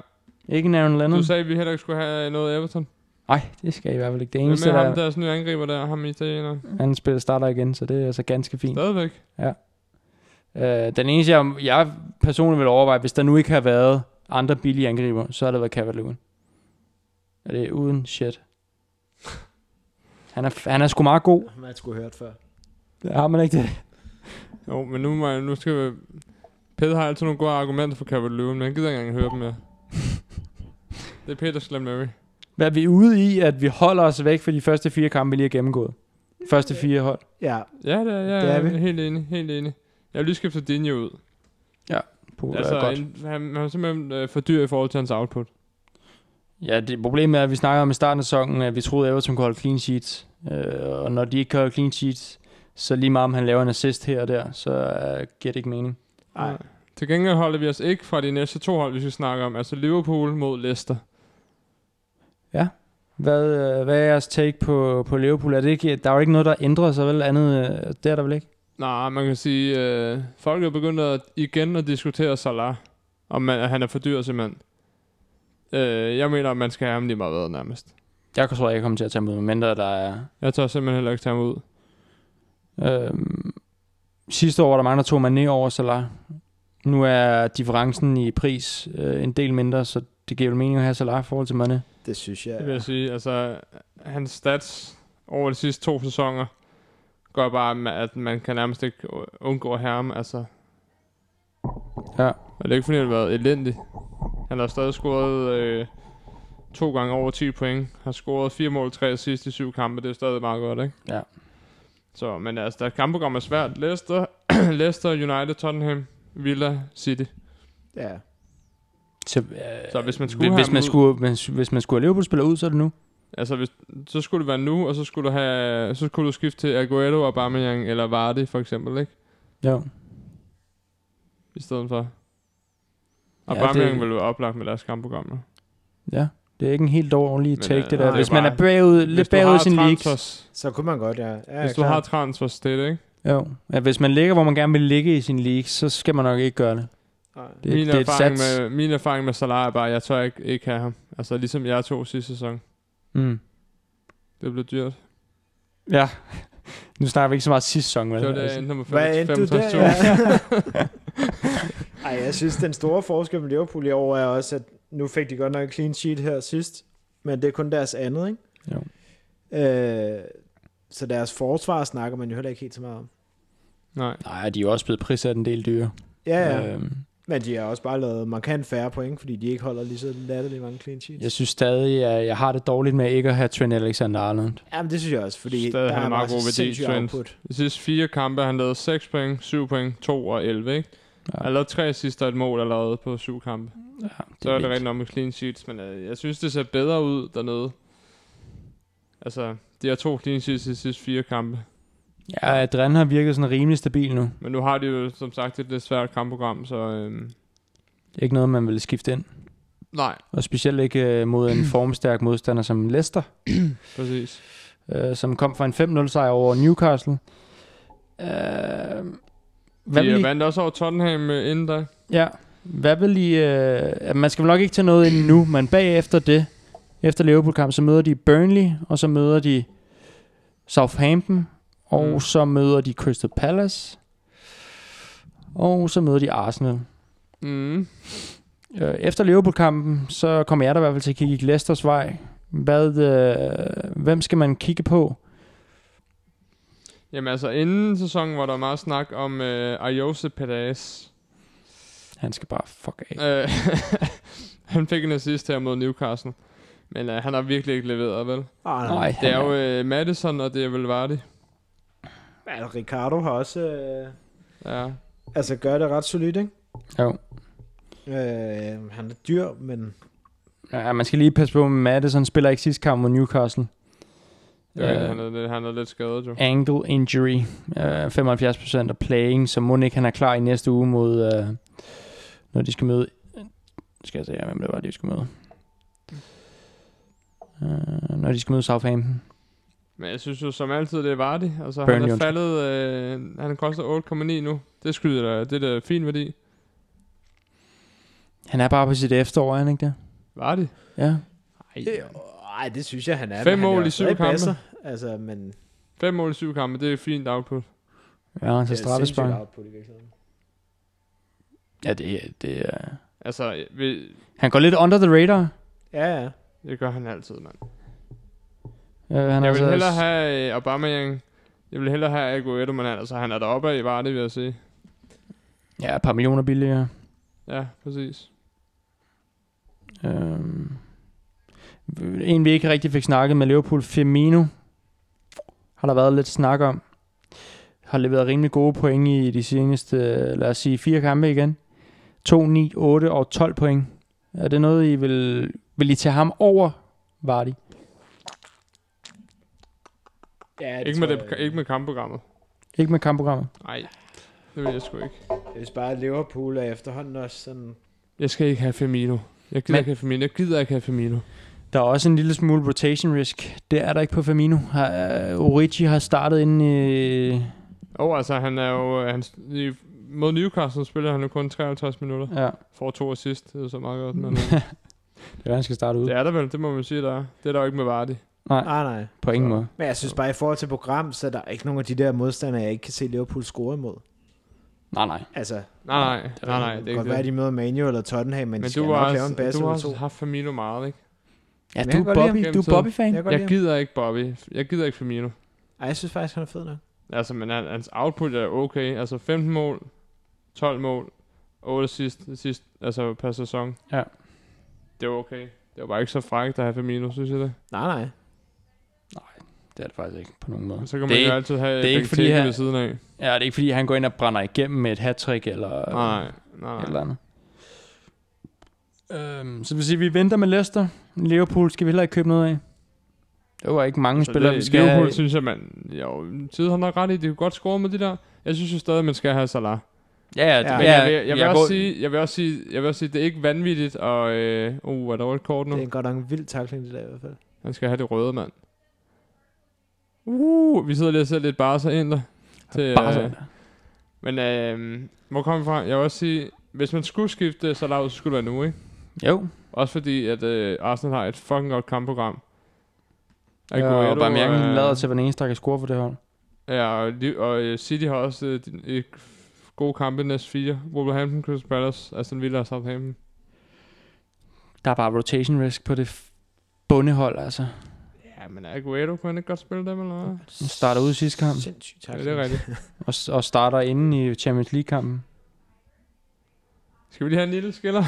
Ikke Aaron Lennon. Du sagde, at vi heller ikke skulle have noget Everton. Nej, det skal i hvert fald ikke. Det Hvem eneste, er ham, der, Mm. deres nye angriber der? Ham i italieneren. han spiller starter igen, så det er altså ganske fint. Stadigvæk. Øh, den eneste, jeg, jeg personligt vil overveje, hvis der nu ikke har været andre billige angriber, så har det været calvert -Lewin. Og det er uden shit. Han er, han er sgu meget god. Ham har jeg sgu hørt før. Har man ikke det? Jo, men nu, må jeg, nu skal vi... Peter har altid nogle gode argumenter for Calvert Lewin, men han gider ikke engang høre dem mere. det er Peter Slam Murray. Hvad er vi ude i, at vi holder os væk fra de første fire kampe, vi lige har gennemgået? Første fire hold. Ja, Ja, det er, ja, Det er jeg vi. er helt enig, helt enig. Jeg vil lige skifte Dinje ud. Puh, altså, altså, godt. en, han, han er simpelthen øh, for dyr i forhold til hans output. Ja, det problemet er, at vi snakker om i starten af sæsonen, at vi troede, at Everton kunne holde clean sheets. Øh, og når de ikke kan holde clean sheets, så lige meget om han laver en assist her og der, så øh, giver det ikke mening. Ej. Til gengæld holder vi os ikke fra de næste to hold, vi skal snakke om. Altså Liverpool mod Leicester. Hvad, øh, hvad er jeres take på, på Liverpool? Er det ikke, der er jo ikke noget, der ændrer sig, vel? Andet, øh, det er der vel ikke? Nej, man kan sige, øh, folk er begyndt at, igen at diskutere Salah, om man, at han er for dyr simpelthen. Øh, jeg mener, at man skal have ham lige meget hvad nærmest. Jeg tror, jeg kommer til at tage med, mindre der er... Jeg tør simpelthen heller ikke tage ham ud. Øhm, sidste år var der mange, der tog Mané over Salah. Nu er differencen i pris øh, en del mindre, så det giver vel mening at have Salah i forhold til Mané. det synes jeg. Det vil jeg sige. Altså, hans stats over de sidste to sæsoner gør bare, at man kan nærmest ikke undgå at have ham. Altså. Ja. Og det er ikke fordi, han har været elendig. Han har stadig scoret øh, to gange over 10 point. Har scoret fire mål, tre assist i syv kampe. Det er stadig meget godt, ikke? Ja. Så, men altså, deres kampprogram er svært. Leicester, Leicester, United, Tottenham, Villa, City. Ja. Så, øh, Så hvis man skulle have hvis, ham man ud- skulle, hvis, hvis man skulle have Liverpool-spiller ud, så er det nu. Altså, hvis, så skulle det være nu, og så skulle du, have, så skulle du skifte til Aguero og Aubameyang, eller Vardy for eksempel, ikke? Jo. I stedet for. Ja, Og ja, Aubameyang det- ville være oplagt med deres kampprogram. Nu. Ja, det er ikke en helt dårlig Men, take, øh, det det der. er Hvis man bare- er bagud, Hvis lidt du bagud har i sin league. transfers- Så kunne man godt, ja. ja Hvis du klart. har transfers til det, ikke? Jo. Ja, hvis man ligger, hvor man gerne vil ligge i sin league, så skal man nok ikke gøre det. Nej. Det, min, det er et erfaring sats. med, min erfaring med Salah er bare, at jeg tør ikke, ikke have ham. Altså, ligesom jeg tog sidste sæson. Mm. Det blev dyrt. Ja. Nu snakker vi ikke så meget sidste sæson, vel? Det var det, jeg Altså, endte nummer Hvad endte du der? 65.000. Ja. Ej, jeg synes, den store forskel med Liverpool i år er også, at nu fik de godt nok en clean sheet her sidst, men det er kun deres andet, ikke? Jo. Øh, Så deres forsvar snakker man jo heller ikke helt så meget om. Nej. Nej, de er jo også blevet prissat en del dyre. Ja, ja. Øh. Øhm, Men de har også bare lavet markant færre point, fordi de ikke holder lige så latterligt mange clean sheets. jeg synes stadig, at jeg har det dårligt med ikke at have Trent Alexander-Arnold. Jamen, det synes jeg også, fordi Stadig der han er er bare meget god så ved det, sindssygt Trent. output. De sidste fire kampe har han lavet 6 point, 7 point, 2 og 11, ikke? Ja. Ja. Han har lavet tre sidste og et mål allerede på syv kampe. Ja, Så er det rigtig nok med clean sheets, men øh, jeg synes, det ser bedre ud dernede. Altså, de har to clean sheets i de sidste fire kampe. Ja, Adrian har virket sådan rimelig stabil nu. Men nu har de jo som sagt et lidt svært kampprogram, så øhm, Ikke noget, man ville skifte ind. nej, Og specielt ikke øh, mod en formstærk modstander som Leicester, præcis. øh, som kom fra en 5-0 sejr over Newcastle. Øh, hvad de vil øh, I, vandt også over Tottenham øh, inden da. ja, hvad vil I øh, man skal vel nok ikke tage noget ind nu, men bagefter det, efter Liverpool-kamp, så møder de Burnley, og så møder de Southampton, og Mm. så møder de Crystal Palace, og så møder de Arsenal. Mm. Øh, Efter Liverpool-kampen, så kommer jeg da i hvert fald til at kigge i Leicesters vej. Hvad, øh, hvem skal man kigge på? Jamen altså, inden sæsonen var der meget snak om øh, Ayose Perez. Han skal bare fuck af. Øh, han fik en assist her mod Newcastle. Men øh, han har virkelig ikke leveret, vel? Ah, nej. Nej, Det han er jo er, øh, Madison, og det er Velvardi. Altså, Ricardo har også... Øh, Ja. altså, gør det ret solidt, ikke? jo. Øh, han er dyr, men... Ja, man skal lige passe på med Madison. spiller ikke sidste kamp mod Newcastle. Ja, Øh. han, er, lidt- han er lidt skadet jo. Ankle injury. Øh, 75% af playing, så må ikke han er klar i næste uge mod... Øh, når de skal møde... Skal jeg se, hvem det var, de skal møde? Øh, når de skal møde Southampton. Men jeg synes jo som altid, det er Vardy. Altså, Burnley han er undskyld. faldet... Øh, han koster 8,9 nu. Det skyder da. Det er da fin værdi. Han er bare på sit efterår, er han ikke det? Vardy? Ja. Ej. Nej, det synes jeg, han er. Fem men han er mål jo i syv stadig kampe. basser. Altså, men... Fem mål i syv kampe, det er fint output. Ja, det er så straffespark. sindssygt output i virkeligheden. Ja, det, det er... Altså, vi, Han går lidt under the radar. Øh, Ja, ja. det gør han altid, mand. Uh, han er Jeg vil altså- hellere have øh, Aubameyang. Jeg vil hellere have Aguero, men altså, han er deroppe i Vardy, vil jeg sige. Ja, et par millioner billigere. Ja, præcis. Uh, en vi ikke rigtig fik snakket med Liverpool, Firmino, har der været lidt snak om. Har leveret rimelig gode point i de seneste, øh, lad os sige, fire kampe igen. 2, 9, 8 og 12 point. Er det noget, I vil, vil I tage ham over, Vardy? ja Ikke med, tror det, jeg. ikke med kampprogrammet. Ikke med kampprogrammet. Nej, det vil jeg sgu ikke. Hvis bare Liverpool er efterhånden også sådan... Jeg skal ikke have Firmino. Jeg gider Men- ikke have Firmino. Jeg gider ikke have Firmino. Der er også en lille smule rotation risk. Det er der ikke på Firmino. Har, uh, Origi har startet inden i... Og oh, altså, han er jo... øh, Han, i, mod Newcastle spiller han jo kun 53 minutter. Ja. Får to assist. Det er jo så meget godt. Men, øh, Det er, han skal starte ud. det er der vel, det må man sige, der er. Det er der jo ikke med Vardy. Nej, Ah, nej. på ingen måde. Men jeg synes bare, i forhold til program, så er der ikke nogen af de der modstandere, jeg ikke kan se Liverpool score imod. Nej, nej. Altså, Nej, nej, nej, nej det det er kan godt ikke være, det. de møder Manu eller Tottenham, men, men de Men skal du nok har, lave en også, basse du har eller to. også haft Firmino meget, ikke? Ja, Men du jeg er kan godt lide Bobby, ham du er gennem Bobby-fan. Jeg kan godt lide Jeg ham. gider ikke Bobby. Jeg gider ikke Firmino. Ej, jeg synes faktisk, han er fed nok. Altså, men han, hans output er okay. Altså 15 mål, 12 mål, 8 sidst, sidst altså per sæson. Ja. Det var okay. Det var bare ikke så frækt at have Firmino, synes jeg det. Nej, nej. Det er det faktisk ikke på nogen måde. Men så Det kan man er jo ikke- altid have det er Benteke ikke fordi, han- ved siden af. Ja, det er ikke fordi, han går ind og brænder igennem med et hat eller Nej, nej, et nej. eller andet. Øhm, så det vil sige, at vi venter med Leicester. Liverpool skal vi heller ikke købe noget af. Det var ikke mange Så spillere, Altså, det- vi skal Liverpool, have. synes jeg, man... Jo, tid har nok ret i. Det kunne godt score med de der. Jeg synes jo stadig, man skal have Salah. Ja, ja, Ja. det- Men ja, jeg, vil, jeg, vil også går- sige, jeg vil også sige, jeg vil også sige, det er ikke vanvittigt, og øh, uh, er der et kort nu? Det er godt nok en vild takling, det der i hvert fald. Han skal have det røde, mand. Uh, vi sidder lige og ser lidt Barca ind der. Til, Bare øh, sådan. men øh, hvor kommer vi fra? Jeg vil også sige, hvis man skulle skifte øh, Salah ud, så skulle det være nu, ikke? Jo, Også fordi, at øh, Arsenal har et fucking godt kampprogram. ja, Aguero, og Aubameyang øh, lader til, at den eneste, der kan score for det hold. Ja, og, Liv- og øh, City har også øh, de- øh, gode kampe i næste fire. Wolverhampton, Crystal Palace, Aston Villa og Southampton. Der er bare rotation risk på det f- bundehold, altså. Ja, Ja, men Aguero kunne han ikke godt spille dem, eller hvad? Han starter ud i sidste kamp, Sindssygt tak. Ja, det er rigtigt. og, og starter inden i Champions League-kampen. Skal vi lige have en lille skiller?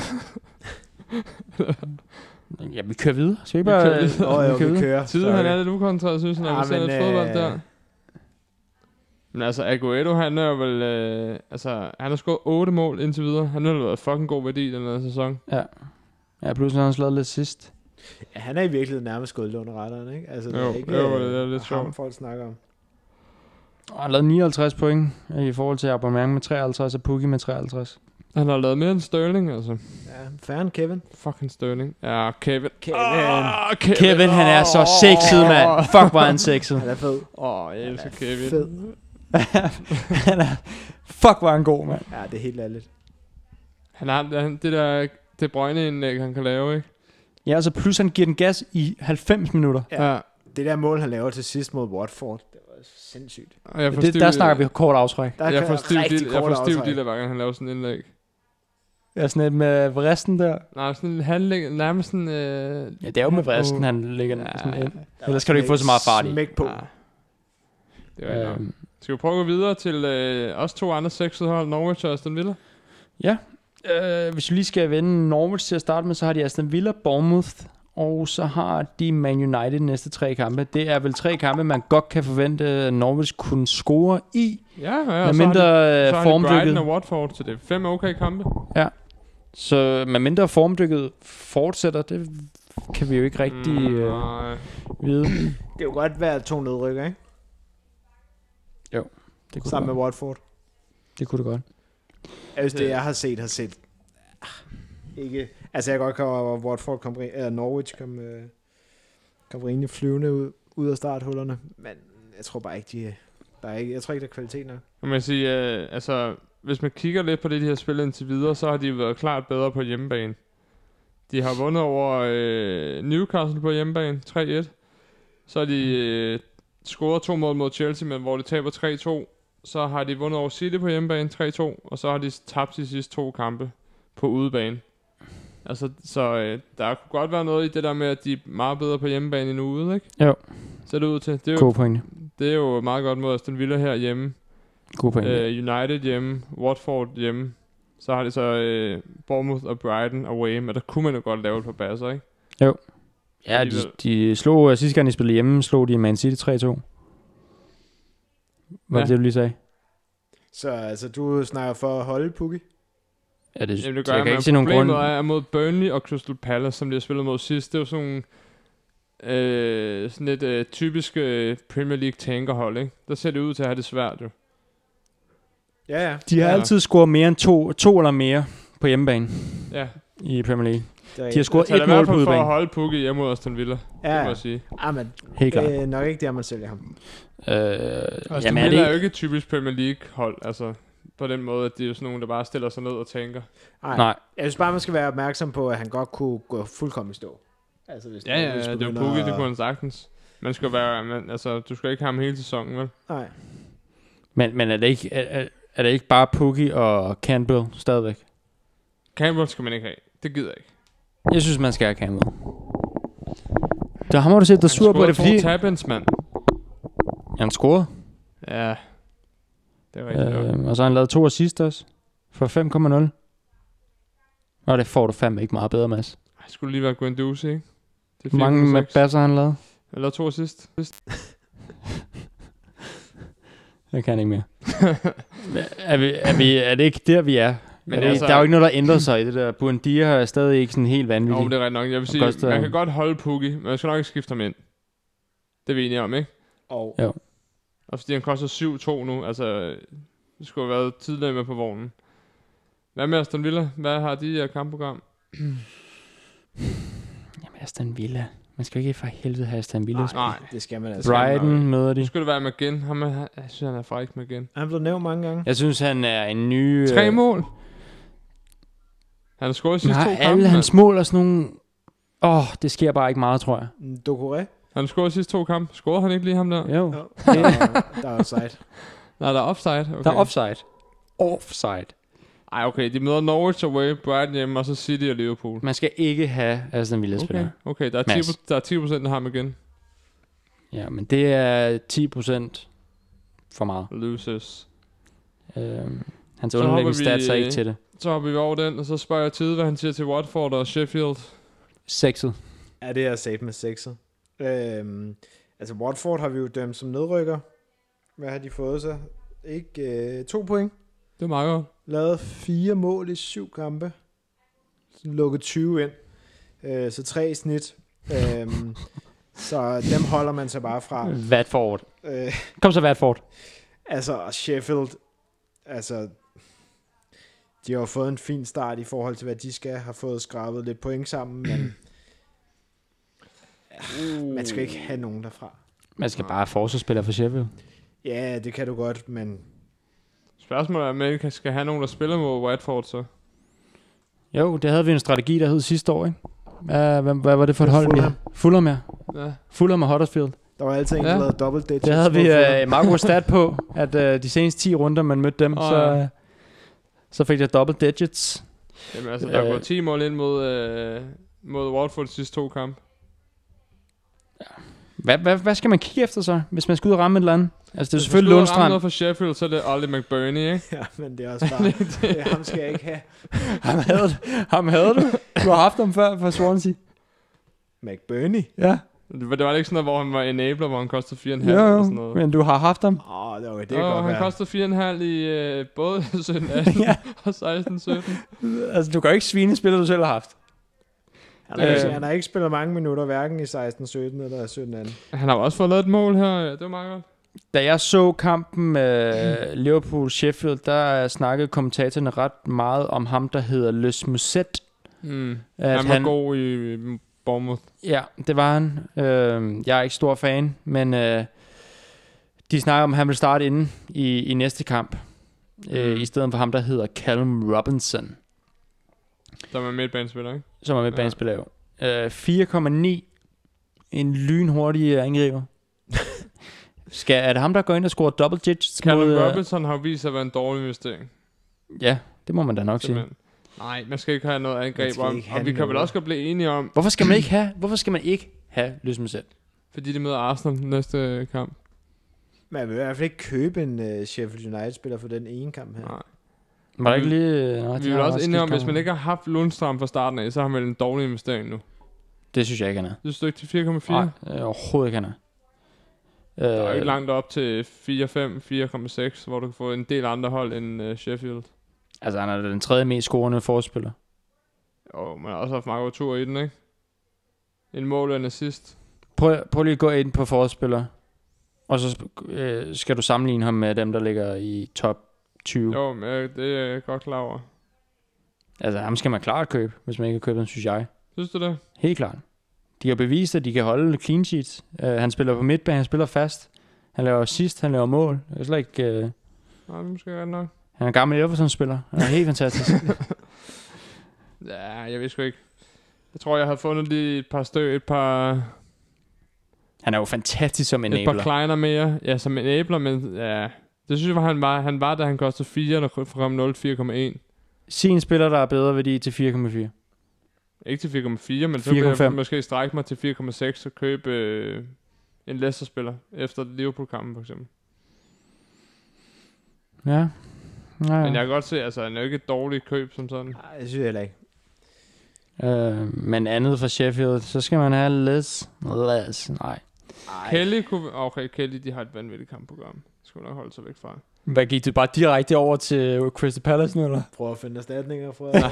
Ja, vi kører videre. Skal vi ikke Vi bare... kører videre. Nå, jo, vi kører. Tiden han er lidt ukontrollet, synes jeg, når Ah, vi ser men, lidt fodbold øh, der. Men altså, Aguero, han er vel... Øh, altså, han har scoret 8 mål indtil videre. Han har været fucking god værdi i den her sæson. Ja, pludselig har han slået lidt sidst. Ja, han er i virkeligheden nærmest gået lidt under retterne, ikke? Altså, det Jo, er ikke jo, øh, det er lidt ham, sjovt. folk snakker om. Og han lavede 59 point i forhold til Aubameyang med 53 og Pukki med 53. Han har lavet mere end Sterling, altså. Ja, færre end Kevin. Fucking Sterling. Ja, Kevin. Kevin. Ah, Kevin. Kevin, han er så sexet, mand. Fuck, hvor er han sexet. Han er fed. Åh, oh, jeg elsker Kevin. Fed. han er, fuck, hvor er han god, mand. Ja, det er helt ærligt. Han har han, det der... Det brøgne indlæg, han kan lave, ikke? Ja, altså plus han giver den gas i 90 minutter. Ja. ja. Det der mål, han laver til sidst mod Watford, det var sindssygt. Og jeg får Det, stiv- der snakker vi kort aftræk. Der Jeg kan får stiv rigtig dille, jeg kort får stiv aftræk. dille, hver gang han laver sådan en indlæg. Ja, sådan et med vristen der. Nej, sådan en handling, nærmest sådan... Øh, Ja, det er jo med vristen, Åh. han ligger Ja. ja. sådan ind. Ellers kan du ikke få så meget fart i. Smæk på. Ah. Det var ikke nok. Øhm, Skal vi prøve at gå videre til øh, os to andre sexede hold, Norwich og Aston Villa? Ja. Øh, hvis vi lige skal vende Norwich til at starte med, så har de Aston Villa, Bournemouth, og så har de Man United næste tre kampe. Det er vel tre kampe, man godt kan forvente, at Norwich kunne score i, Ja, ja med så mindre har de, øh, så har de Brighton formdykket. og Watford, så det er fem okay kampe. Så med mindre formdykket fortsætter, det kan vi jo ikke rigtig øh, Mm, nej. vide. Det kunne godt være to nedrykker, ikke? Det kunne, Sammen det med godt. Watford. det kunne det godt. Jeg synes, det jeg har set, har set. Ah, Ikke. Altså, jeg kan godt komme over, hvor Watford kom, ri- eller Norwich kom, øh, kom rimelig flyvende ud, ud af starthullerne. Men jeg tror bare ikke, de der er ikke, jeg tror ikke, der er kvalitet nok. Man kan sige, øh, altså, hvis man kigger lidt på det, de har spillet indtil videre, så har de været klart bedre på hjemmebane. De har vundet over øh, Newcastle på hjemmebane, 3-1. Så har de øh, scoret to mål mod Chelsea, men hvor de taber 3-2. Så har de vundet over City på hjemmebane, 3-2. Og så har de tabt de sidste to kampe på udebane. Altså, så øh, der kunne godt være noget i det der med, at de er meget bedre på hjemmebane end ude, ikke? Jo. Så er det ud til. Det er jo, God pointe. det er jo meget godt mod Aston Villa herhjemme. God pointe. Øh, United hjemme, Watford hjemme. Så har det så øh, Bournemouth og Brighton away, men der kunne man jo godt lave et par basser, ikke? ja, de, alligevel. de slog, øh, sidste gang de spillede hjemme, slog de Man City 3-2. Var Ja. ja. det, du lige sagde? Så altså, du snakker for at holde Pukki. Ja, det, Jamen, det gør jeg kan men ikke se nogen grund. Problemet er at mod Burnley og Crystal Palace, som de har spillet mod sidst. Det er jo sådan nogle, øh, sådan et øh, typisk øh, Premier League tænkerhold, ikke? Der ser det ud til at have det svært, jo. Ja, ja. De har Ja. altid scoret mere end to, to eller mere på hjemmebane Ja, i Premier League. Det er De har rigtigt. scoret så det er et i hvert mål på fald for at udebane. holde Pukki hjemme mod Aston Villa, det må Ja, jeg sige. ah, men Helt klart. det er nok ikke der, man sælger ham. Øh, Aston jamen, er Villa det er jo ikke? ikke et typisk Premier League hold, altså på den måde, at det er jo sådan nogen, der bare stiller sig ned og tænker. Ej. Nej. Jeg synes bare, man skal være opmærksom på, at han godt kunne gå fuldkommen i stå. Altså, hvis Ja, ja, hvis ja, du det var begynder Pukki, at- det kunne han sagtens. Man skal være, man, altså, du skal ikke have ham hele sæsonen, vel? Nej. Men, men er, det ikke, er, er- er det ikke bare Pukki og Campbell stadigvæk? Campbell skal man ikke have. Det gider jeg ikke. Jeg synes, man skal have Campbell. Der har du set dig sur på det, fordi... Tabins, mand. Han scorede. Ja. Det er rigtigt. Øh, Øh, og så har han lavet to assist også. For 5,0. Nå, det får du fandme ikke meget bedere, Mads. jeg skulle lige være Guendouzi, ikke? Det Hvor mange med basser har han lavet? Eller to sidst. sidst. Jeg kan ikke mere. er, vi, er, vi, er det ikke der, vi er? Men Men er det, altså- altså, der er jo ikke noget, der ændrer sig i det der. Buendia er stadig ikke sådan helt Jo, vanvittig. men det er rigtigt nok. Jeg vil sige, Augusta- man kan godt holde Pukki, men man skal nok ikke skifte ham ind. Det er vi enige om, ikke? Og Ja. Og fordi han koster 7-2 nu, altså... øh, Det skulle have været tidligere med på vognen. Hvad med Aston Villa? Hvad har de i kampprogram? Jamen, Aston Villa. Man skal jo ikke for helvede have Aston Villa. Nej. det skal man altså. Brighton møder Nu de. skulle det være med igen. Ham er, jeg synes, han er fræk med igen. Han blev nævnt mange gange. Jeg synes, han er en ny... øh, Tre mål. Han har scoret sidste to Nej, kampe. alle mand. hans mål og sådan nogle... Åh, oh, det sker bare ikke meget, tror jeg. Dokore. Han har scoret sidste to kampe. Scorede han ikke lige ham der? Jo. Ja. Der, er- der er offside. Nej, der er offside. Okay. Der er offside. Offside. Ej, okay. De møder Norwich away, Brighton hjemme, og så City og Liverpool. Man skal ikke have Aston Villa-spillere. Okay, okay. Der er 10, Mads. der er 10 procent, der har ham igen. Ja, men det er 10% for meget. Losers. Øh, hans Så hopper underliggende vi- øh, stats er ikke til det. Så hopper vi over den, og så spørger jeg tid, hvad han siger til Watford og Sheffield. Sexet. Ja, det er safe med sekset. Øhm, altså, Watford har vi jo dømt som nedrykker. Hvad har de fået så? Ikke øh, to point. Det er meget godt. Lavet fire mål i syv kampe. Sådan Lukket 20 ind. Øh, så tre i snit. øhm, så dem holder man sig bare fra. Watford. Øh, Kom så, Watford. altså, og Sheffield, altså, de har jo fået en fin start i forhold til, hvad de skal. Har fået skrabet lidt point sammen, men Uh. man skal ikke have nogen derfra. Man skal bare forsvarsspiller for Sheffield. Ja, det kan du godt, men Spørgsmålet er, om man ikke skal have nogen, der spiller mod Watford, så. Jo, det havde vi en strategi, der hed sidste år, ikke? Uh, hvad, hvad var det for et hold? vi- Fulham. Fulham, ja. Ja. Fulham og Huddersfield. Der var altid en, der Ja. ja. lavede dobbelt digits. Det havde på vi Fulham. øh, meget god stat på, at øh, de seneste 10 runder, man mødte dem, Åh, så, ja. øh, så fik jeg dobbelt digits. Jamen altså, der Øh. øh. går 10 mål ind mod, øh, mod Watford de sidste to kampe. Hvad, hvad, hvad skal man kigge efter så, hvis man skal ud og ramme et eller andet? Altså, det er Hvis selvfølgelig man slutter at ramme Lundstrand. noget for Sheffield, så er det Ollie McBurney, ikke? Ja, men det er også bare... det, ham skal jeg ikke have. Ham havde, du- ham havde du. Du har haft ham før for Swansea. McBurney? Ja, Det var, det var ikke sådan noget, hvor han var enabler, hvor han kostede 4,5 jo, eller sådan jo. noget. Men du har haft ham. Åh, oh, det, var, det Det kan og godt han være. kostede 4,5 i øh, både 17 18 ja, og 16 17. altså, du kan jo ikke svine spiller, du selv har haft. Han, har, Øh. øh. han har ikke spillet mange minutter, hverken i 16-17 eller 17 anden. Han har jo også fået lavet et mål her, ja. det var meget godt. Da jeg så kampen med Liverpool-Sheffield, der snakkede kommentatorerne ret meget om ham, der hedder Les Musset. Mm. Hmm. At han var han... god i øh, Bournemouth. Ja, det var han. Øh, jeg er ikke stor fan, men øh, de snakker om, at han vil starte inde i, i næste kamp. Øh, Mm. I stedet for ham, der hedder Callum Robinson, Der var midtbanespiller, ikke? som er med Ja. banespiller. jo. Øh, 4,9. En lynhurtig øh, angriber. Skal, er det ham, der går ind og scorer double digits? Callum mod, øh, Robinson har jo vist sig at være en dårlig investering. Ja, det må man da nok sige. Simpelthen. Nej, man skal ikke have noget Man angreb skal om. ikke Og have vi kan vel noget. også godt blive enige om, Hvorfor skal man ikke have, hvorfor skal man ikke have Lysmus selv? fordi de møder Arsenal næste øh, kamp. Man vil i hvert fald ikke købe en uh, Sheffield United-spiller for den ene kamp her. Nej. Var der Vi- ikke lige... Nå, de Vi er har jo også enige om, skiftet hvis man kamp. ikke har haft Lundstrøm fra starten af, så har man en dårlig investering nu. Det synes jeg ikke, han er. Det er stykke til 4,4. Nej, øh, overhovedet ikke, han er. Der er Øh, ikke langt op til 4,5, 4,6, hvor du kan få en del andre hold end øh, Sheffield. Altså, han er den tredje mest scorende forspiller. Og man har også haft Marco Tur i den, ikke? En mål og en assist. Prøv, prøv lige at gå ind på forspiller, og så sp- øh, skal du sammenligne ham med dem, der ligger i top 20. Jo. Jo, men, øh, det er jeg godt klar over. Altså, ham skal man klart købe, hvis man ikke har købt ham, synes jeg. Synes du det? Helt klart. De har bevist, at de kan holde clean sheets. Øh, han spiller på midtbanen, han spiller fast. Han laver assist, han laver mål. Jeg er slet ikke, øh, Nej, det er måske godt nok. han er en gammel Everton-spiller. Han er helt fantastisk. Ja, jeg ved sgu ikke. Jeg tror, jeg havde fundet lige et par støv, et par, Han er jo fantastisk som et par enabler. kleiner mere. Ja, som en æbler, men ja. Det synes jeg, han var, han var, da han kostede 4, der kom 0 4,1. Sig en spiller, der er bedre værdi til 4,4. Ikke til 4,4, men så vil 4,5. jeg måske strække mig til 4,6 og købe øh, en Leicester-spiller efter Liverpool-kampen for eksempel. Ja. Nej. Men jeg kan godt se, altså han er jo ikke et dårligt køb som sådan. Nej, det synes jeg heller ikke. Øh, men andet fra Sheffield, så skal man have Les. Les, nej. Ej. Kelly kunne... Okay, Kelly, de har et vanvittigt kampprogram. Det Skulle nok holde sig væk fra. Hvad gik du bare direkte over til øh, Crystal Altså, Palace nu, eller? Prøv at finde erstatninger fra...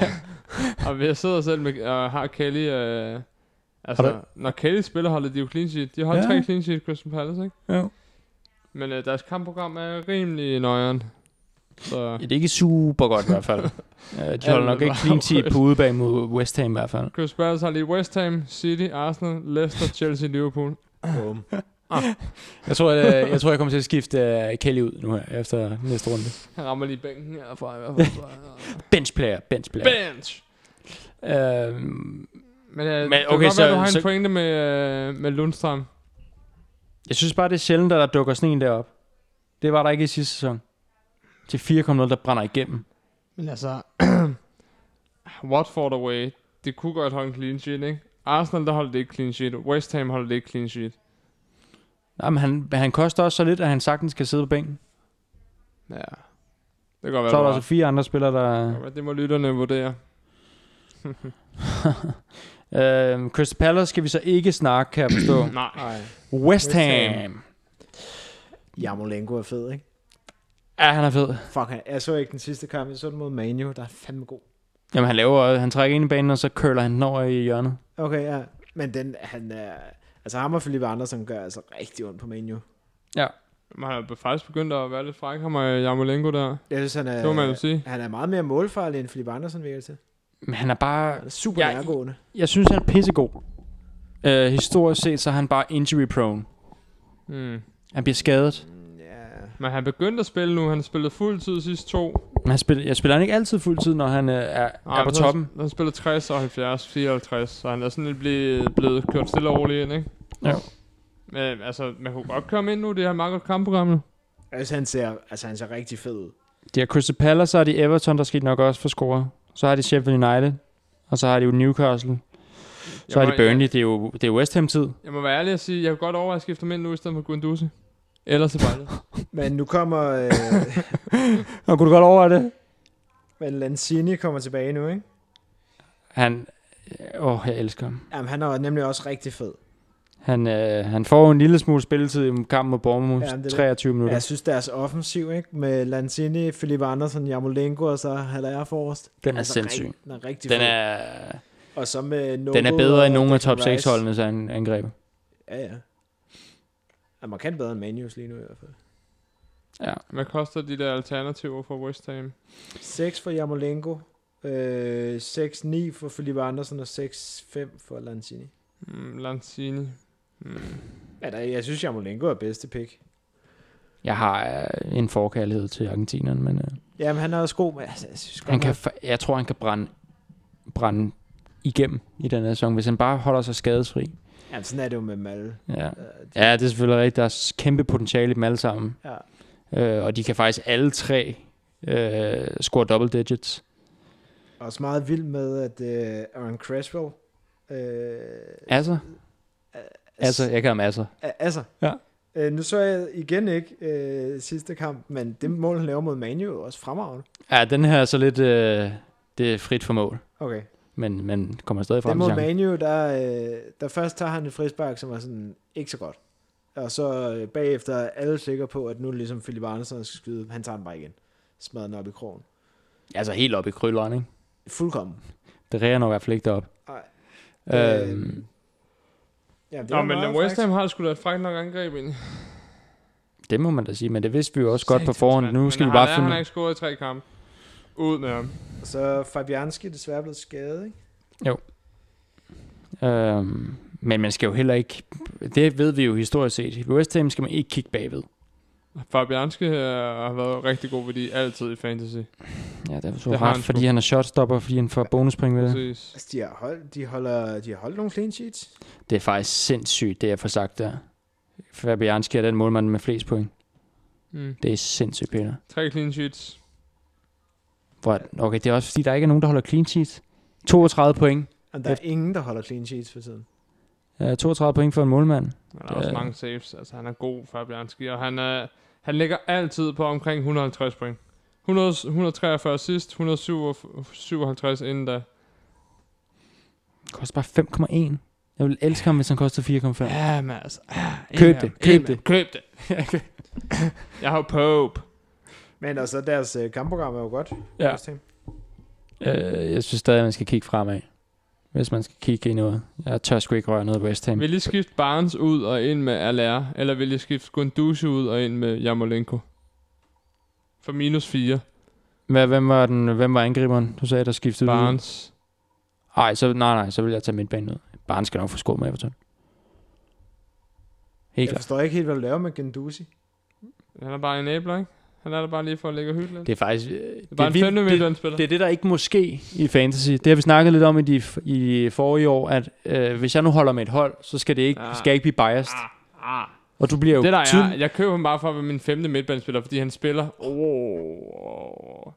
og vi sidder selv med, og har Kelly... Øh, altså, Har du- har når Kelly spiller, holder de jo clean sheet. De har holdt Ja. tre clean sheet, Crystal Palace, ikke? Jo. Men øh, deres kampprogram er rimelig nøjeren. Så Det er ikke super godt i hvert fald. øh, de holder nok ikke clean sheet på udebane mod West Ham i hvert fald. Crystal Palace har lige West Ham, City, Arsenal, Leicester, Chelsea, Liverpool. Bum. Jeg tror, jeg, jeg, tror, jeg kommer til at skifte uh, Kelly ud nu her, efter næste runde. Han rammer lige bænken herfra i hvert fald. tror jeg. Bench player, bench player. Bench! Øh, Men, øh, Men Men okay, det kan okay, godt så- være, du har så- en pointe med, øh, med Lundstrøm. jeg synes bare, det er sjældent, at der dukker sådan en derop. Det var der ikke i sidste sæson. Til 4,0, der brænder igennem. Men altså, Watford away, det kunne godt holde en clean sheet, ikke? Arsenal, der holdt det ikke clean sheet. West Ham holdt det ikke clean sheet. Jamen, han, han koster også så lidt, at han sagtens kan sidde på bænken. Ja. Det kan godt være, Så er du der har altså fire andre spillere, der... ret. Det må lytterne vurdere. Øh, Crystal Palace skal vi så ikke snakke, kan jeg forstå. Nej. Nej. West Ham. Ham. Jamolenko er fed, ikke? Ja, han er fed. Fuck, han- jeg så ikke den sidste kamp. Jeg så den mod Manu, der er fandme god. Jamen, han laver... Han trækker ind i banen, og så køler han den over i hjørnet. Okay, ja. Men den, han er... Altså ham og Philip Andersen gør altså rigtig ondt på Manu. Man har faktisk begyndt at være lidt fræk, ham og Jamolenko der. Jeg synes, han er... Det må man jo Øh. sige. Han er meget mere målfarlig, end Philip Andersen virker til. Men han er bare... Han er super Ja, ja, nærgående. Jeg synes, han er pissegod. Øh, historisk set, så er han bare injury prone. Mm. Han bliver skadet. Ja. Men han begyndte at spille nu. Han spillede fuld tid sidste to. Men han spiller, jeg spiller han ikke altid fuldtid, når han øh, er, er på toppen. Han, han spiller 60 og 70, 54, så han er sådan lidt blevet, blevet kørt stille og roligt ind, ikke? Ja. Men altså, man kunne godt komme ind nu, det her meget godt kampprogram nu. Altså, han ser, altså, han ser rigtig fed ud. De har Crystal Palace, så har de Everton, der skal de nok også få score. Så har de Sheffield United, og så har de jo Newcastle. Så har de Burnley, det er jo, det er jo West Ham-tid. Jeg, jeg må være ærlig at sige, jeg kunne godt overveje at skifte ham ind nu, i stedet for Guendouzi. Eller Ceballos. Men nu kommer... Øh, Og kunne du godt over det? men Lanzini kommer tilbage nu, ikke? Han, åh, jeg elsker ham. Jamen, han er nemlig også rigtig fed. Han, øh, han får jo en lille smule spilletid i kampen mod Bournemouth, Ja, men det ja, er det. 23 Ja, minutter. jeg synes, deres offensiv, ikke? Med Lanzini, Philip Andersen, Jamolenko og så Haller forrest. den er Altså, sindssyg. Rig, den er rigtig Den fed. er, og så med Noble den er bedere end og nogen af Declan top 6 Rice. holdenes an- angreb. Ja, ja. Er markant bedre end Manus lige nu i hvert fald. Hvad koster de der alternativer for West Ham? 6 for Jamolenko, øh, 6-9 for Philip Andersen og 6-5 for Lanzini. Mm, Lanzini. Mm. Ja, der, jeg synes, Jamolenko er bedste pick. Jeg har øh, en forkærlighed til argentineren, men øh, Jamen, han er også god, men altså, jeg synes godt han kan, nok- fa- jeg tror, han kan brænde, brænde igennem i den her sæson, hvis han bare holder sig skadesfri. Jamen, sådan er det jo med Malle. Ja. Øh, de- ja, det er selvfølgelig rigtigt. Der er s- kæmpe potentiale i dem alle sammen. Ja. Øh, og de kan faktisk alle tre øh, score double digits. Også meget vild med, at øh, Aaron Creswell... Øh, Altså, altså, s- jeg kan have masser. a- altså. Ja. Øh, nu så jeg igen ikke øh, sidste kamp, men det mål, han laver mod Manu, er også fremragende. Ja, den her er så lidt... Øh, det er frit for mål, Okay. men, men kommer stadig Den frem til mod chancen. Manu, der, øh, der først tager han et frispark, som er sådan ikke så godt. Og så øh, bagefter er alle sikre på, at nu er det ligesom Philip Andersen der skal skyde. Han tager den bare igen. Smadrer den op i krogen. Altså helt op i krydderen, ikke? Fuldkommen. Det reger nok i hvert fald ikke deroppe. Nej. Øhm, Øhm, Ja, det Nå, var men meget, West Ham faktisk. har sgu da et frækt nok angreb ind. det må man da sige, men det vidste vi jo også godt på Satans forhånd. mand. Nu Men skal vi Haller, bare finde... Han har ikke scoret i tre kampe. Ud med ham. Så Fabianski er desværre blevet skadet, ikke? Øhm, men man skal jo heller ikke... Det ved vi jo historisk set. I West Ham skal man ikke kigge bagved. Fabianski øh, har været rigtig god ved de altid i fantasy. Ja, det er så Det har ret, han fordi sgu. han er shotstopper, fordi han får bonuspoint ved det. Præcis. Altså, de har holdt, de holder, de har holdt nogle clean sheets. Det er faktisk sindssygt, det jeg får sagt der. Fabianski er den målmand med flest point. Mm. Det er sindssygt, Peter. Tre clean sheets. Hvor, er den- okay, det er også fordi, der ikke er nogen, der holder clean sheets. 32 point. Og der er ingen, der holder clean sheets for tiden. Uh, 32 point for en målmand. Han har også Ja. mange saves. Altså, han er god, Fabianski. Og han, øh, han ligger altid på omkring 150 point. 100, 143 sidst, 157 inden da. Det koster bare 5,1. Jeg ville elske ham, hvis han kostede 4,5. Ja, men altså. ah, Køb en det, af- køb en af- det. køb det. Jeg har jo Pope. Men og så deres øh, kampprogram er jo godt. Ja. West Ham. Uh, jeg synes stadig, man skal kigge fremad. Hvis man skal kigge i noget. Jeg tør sgu ikke røre noget West Ham. Vil I skifte Barnes ud og ind med Allaire? Eller vil I skifte Gunduzi ud og ind med Jamolenko? For minus 4. Hvad, hvem, var den, hvem var angriberen, du sagde, der skiftede ud? Barnes. Ej, så, nej, nej, så vil jeg tage midtbanen ud. Barnes skal nok få scoret med Everton. Helt Jeg klart. forstår ikke helt, hvad du laver med Gendusi. Han er bare en æbler, ikke? Han er der bare lige for at ligge og hylde lidt. Det er faktisk... øh, Det Det er bare en fændende det, middel, han spiller. det er det, der ikke må ske i fantasy. Det har vi snakket lidt om i de f- i forrige år, at øh, hvis jeg nu holder med et hold, så skal det ikke, Ah. skal jeg ikke blive biased. Ah, Og du bliver jo det der er, tydelig- jeg køber ham bare for at være min femte midtbanespiller, fordi han spiller. Oh.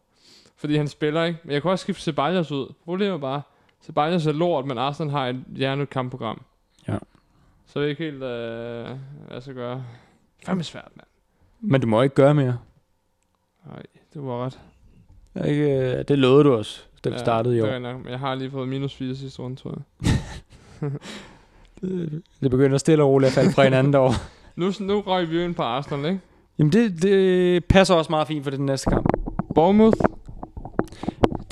Fordi han spiller, ikke? Men jeg kunne også skifte Ceballos ud. Problemet er bare, Ceballos er lort, men Arsenal har et hjernet kampprogram. Ja. Så jeg ved ikke helt, øh, hvad jeg skal gøre. Fandme svært, mand. Men du må ikke gøre mere. Nej, du var ret. Ikke, øh, det lovede du os, da vi Ja, startede i det år. er rigtig nok, men jeg har lige fået minus 4 sidste runde, tror jeg. Det begynder stille og roligt at falde fra hinanden derovre. Nu, nu røg vi jo ind på Arsenal, ikke? Jamen det, det passer også meget fint for den næste kamp. Bournemouth,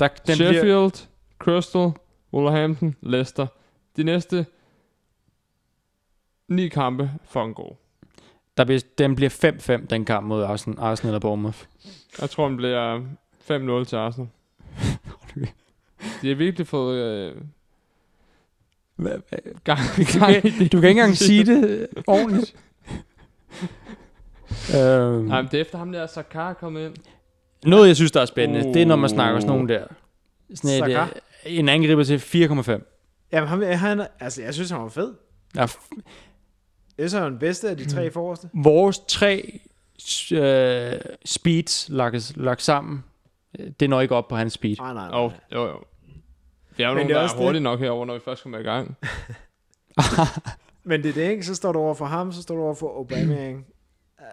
Der, den bliver, Sheffield, Crystal, Wolverhampton, Leicester. De næste ni kampe for en god. der bliver, den bliver 5-5, den kamp mod Arsenal, Arsenal og Bournemouth. Jeg tror, den bliver 5-0 til Arsenal. De har virkelig fået øh, Hva- gang, Du gang i kan, du kan ikke engang sige det øh, ordentligt. øhm, Nej, men det er efter ham der, Sakar er kommet ind. noget, jeg synes, der er spændende, det er, når man snakker sådan Uh. nogen der. Sådan et, Saka? øh, en angriber til 4,5. Jamen, ham, han, altså, jeg synes, han var fed. Ja, f- Det er så den bedste af de Mm. tre forreste. vores tre øh, speeds lagt, lagt sammen, øh, det når ikke op på hans speed. Nej, nej, nej. Jo, jo, jo. Vi er Men jo nogen, det er der også er det. hurtigt nok herover, når vi først kommer i gang. Men det er det ikke, så står du over for ham, så står du over for Aubameyang. Mm.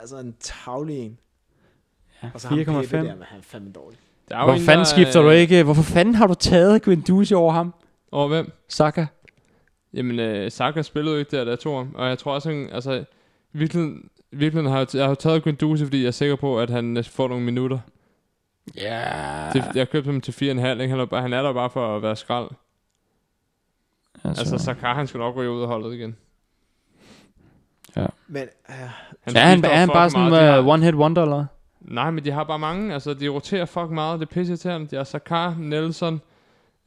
altså en tavlig en. Ja, Og så ham Pepe 4,5. der, men han er fandme dårlig. Der er jo Hvor en, fanden der, skifter du øh, ikke? Hvorfor fanden har du taget Guendouzi over ham? Over hvem? Saka. Jamen, øh, Saka spillede jo ikke der, der tog ham. Og jeg tror også, han, altså, virkelig, virkelig har jeg, jeg har jo taget Guendouzi, fordi jeg er sikker på, at han øh, får nogle minutter. Ja. Til, jeg købte ham til 4,5, ikke? Han er, bare- han er der bare for at være skrald. Altså, Altså, Saka, han skal nok ryge ud af holdet igen. Men øh, ja, han, skifter er han fucking bare meget. sådan De uh, one-hit wonder, eller hvad? har, Nej, men de har bare mange. Altså, de roterer fucking meget. Det er pisseirriterende. De har Saka, Nelson.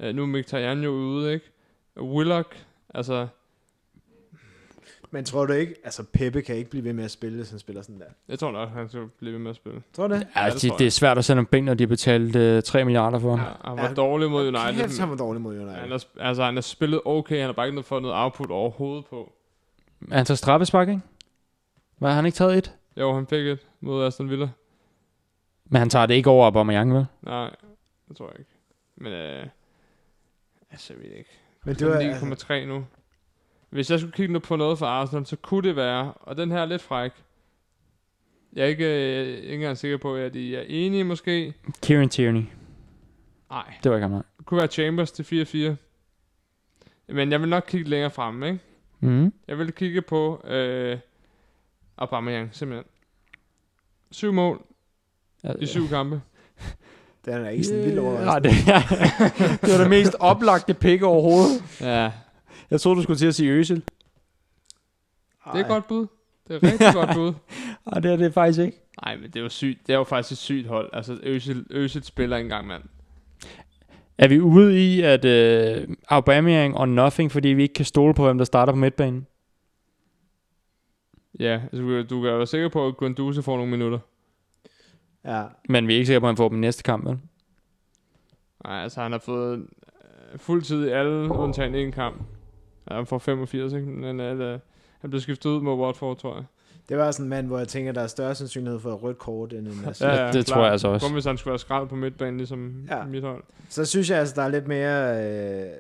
Øh, nu er Mkhitaryan jo ude, ikke? Willock. Altså, men tror du ikke, altså Peppe kan ikke blive ved med at spille, hvis han spiller sådan der. jeg tror nok, han skal blive ved med at spille. Tror du det? Ja, det altså, tror det, jeg. det er svært at sende om ben, når de har betalt øh, 3 milliarder for ham. Ja. Han var Ja. dårlig mod Kæft, United. han var dårlig mod Han United. har, sp- altså, han har spillet okay, han har bare ikke fået noget output overhovedet på. Han tager straffespark, ikke? Hvad, har han ikke taget et? Jo, han fik et mod Aston Villa. Men han tager det ikke over Aubameyang, vel? Nej, det tror jeg ikke. Men øh, altså, jeg ved det ikke. Men det Det var, er altså, 9,3 nu. Hvis jeg skulle kigge nu på noget for Arsenal, så kunne det være, og den her er lidt fræk. Jeg er ikke, øh, ikke engang sikker på, at I er enige måske. Kieran Tierney. Nej. Det var ikke ham, nej. Det kunne være Chambers til 4-4. Men jeg vil nok kigge længere frem, ikke? Mm. Jeg vil kigge på øh, Aubameyang, simpelthen. Syv mål i syv kampe. den er ikke sådan vildt overraskende. Nej, det, det var det mest oplagte pick overhovedet. Ja, Jeg troede, du skulle til at sige Øsil. det er et godt bud. Det er et rigtig godt bud. Nej, det er det faktisk ikke. Nej, men det er jo sygt. Det er jo faktisk et sygt hold. Altså, Øsil, Øsil spiller ikke engang, mand. Er vi ude i, at øh, Aubameyang og nothing, fordi vi ikke kan stole på, hvem der starter på midtbanen? Ja, altså, du, du kan være sikker på, at Guendouzi får nogle minutter. Ja, Men vi er ikke sikre på, at han får dem i næste kamp, vel? Nej, altså, han har fået øh, fuld tid i alle, undtagen en kamp. Ja, han får 85, ikke? Men øh, han blev skiftet ud mod Watford, tror jeg. det var sådan en mand, hvor jeg tænker, der er større sandsynlighed for et rødt kort, end en Ja, ja. ja, det klar. tror jeg altså også. Kun hvis han skulle være skrald på midtbanen, ligesom Ja. ja. mit hold. Så synes jeg altså, der er lidt mere... Øh,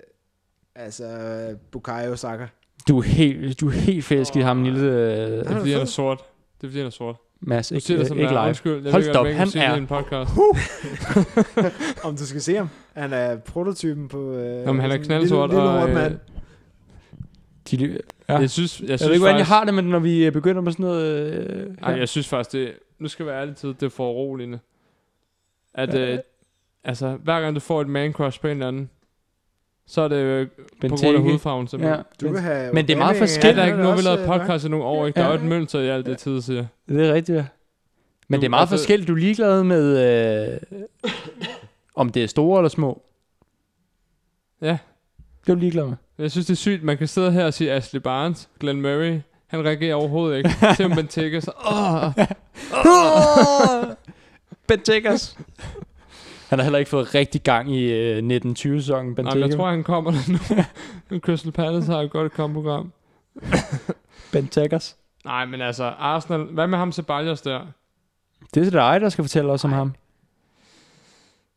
altså, øh, Bukayo Saka. Du er helt, du er helt fælsk i ham, lille øh, Det er Han er fordi, han er fed. sort. Det er fordi, han er sort. Mads. Du Ikke, siger det, som ikke det er. live. Undskyld, jeg Hold ved da op, godt, han han sige er- det i en podcast. Om du skal se ham. Han er prototypen på... Øh, Jamen, han er sådan en knaldsort, Lille, lille og, og, øh, mand. De, ja. Ja. Jeg Jeg, synes, jeg, jeg synes ved ikke, hvordan jeg faktisk, har det, men når vi øh, begynder med sådan noget... Øh, Ej, jeg synes faktisk, det, nu skal jeg være ærlig til, det er for roligende. At, Ja. ja. øh, altså, hver gang du får et man crush på en eller anden, så er det øh, på grund af Benteke. hudfarven simpelthen. Ja. ja. Du kan have men det er meget Aubameyang, Det forskelligt. er der han ikke nu, vi også, lavede øh, podcast i nogle år, ikke? Der er jo et mønster i alt det tid, siger. Det er rigtigt, ja. Men Du- det er meget altså- forskelligt. Du er ligeglad med, øh, om det er store eller små. Ja. Det er du ligeglad med. Jeg synes, det er sygt, man kan sidde her og sige Ashley Barnes, Glenn Murray, han reagerer overhovedet ikke. Se om man tækker sig. Åh, ben Tickers. Han har heller ikke fået rigtig gang i øh, 1920-sæsonen, Ben Nej, men jeg Tickers. tror, han kommer der nu. nu. Crystal Palace har et godt kampprogram. Ben Tickers. Nej, men altså, Arsenal, hvad med ham Ceballos der? Det er dig, der skal fortælle os om ham.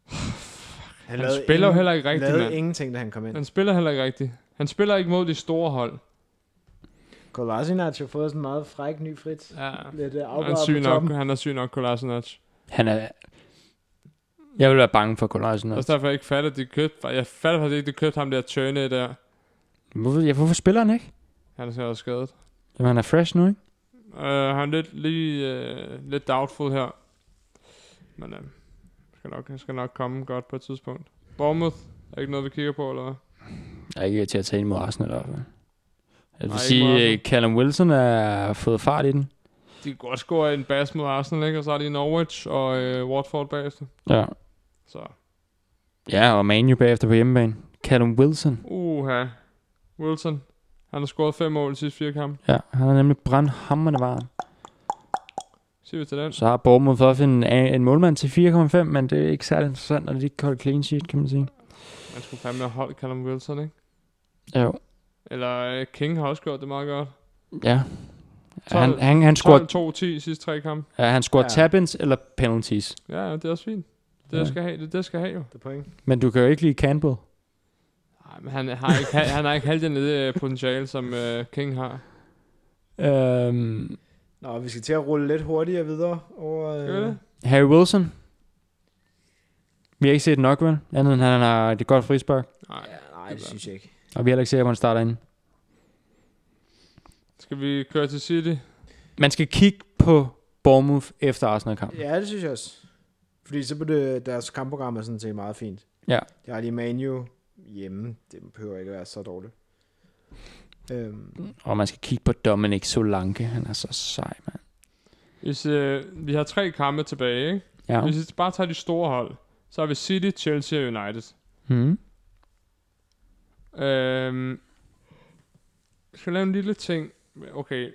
Han, Han lavede spiller jo ingen- heller ikke rigtigt, lavede mand. ingenting, da han kom ind. Han spiller heller ikke rigtigt. Han spiller ikke mod de store hold. Kolasinac har fået sådan en meget fræk ny frit. Ja. Lidt øh, Han er afgørende syg på nok, toppen. han er syg nok, Kolasinac. Han er... Jeg vil være bange for Kolasinac. Også derfor jeg ikke fatter, at de købte... Jeg fatter faktisk ikke, at de købte ham der Tjøne der. Hvorfor, ja, hvorfor spiller han ikke? Han er så også skadet. Jamen, han er fresh nu, ikke? Uh, han er lidt, lige, uh, lidt doubtful her. Men uh, skal nok, han skal nok komme godt på et tidspunkt. Bournemouth er ikke noget, vi kigger på, eller hvad? Jeg er ikke til at tage ind mod Arsenal i hvert fald. Jeg vil Nej, Nej, ikke mod sige, Arsenal. at Callum Wilson har fået fart i den. De kan godt score en bas mod Arsenal, ikke? Og så har de Norwich og uh, Watford bagefter. Ja. Så, Ja, og Manu bagefter på hjemmebane. Callum Wilson. uha. Wilson, han har scoret fem mål i de sidste fire kampe. Ja, han er nemlig brandhammerende varm. Siger vi til den? Så har Bournemouth også en, en målmand til 4,5, men det er ikke særlig interessant, når de ikke kan holde clean sheet, kan man sige. Man skulle fandme have holdt Callum Wilson, ikke? Jo. Eller uh, King har også gjort det meget godt. Ja. Han, 12 han, han scorer, 12-2-10 i sidste tre kampe. ja, han scorer Ja. ja. tap-ins eller penalties. Ja, ja, det er også fint. Det, Ja. jeg skal have, det, er det jeg skal have jo. Det er point. Men du kan jo ikke lide Campbell. Nej, men han har ikke, han, han har ikke halvdelen af det øh, potentiale, som øh, King har. Øhm, Nå, vi skal til at rulle lidt hurtigere videre over... Gør Øh, det? Harry Wilson. Vi har ikke set nok, vel? Andet end han har det godt frispark. Nej. ja, nej, det synes jeg ikke. Og vi har heller ikke set, hvor han starter ind. Skal vi køre til City? Man skal kigge på Bournemouth efter Arsenal-kampen. Ja, det synes jeg også. Fordi så bliver det, deres kampprogram er sådan set meget fint. Ja. De har lige Manu hjemme. Det behøver ikke være så dårligt. Øhm, Og man skal kigge på Dominic Solanke. Han er så sej, mand. Hvis, øh, vi har tre kampe tilbage, ikke? Ja. Hvis vi bare tager de store hold, så har vi City, Chelsea og United. Hmm. Øhm, skal vi lave en lille ting? Okay.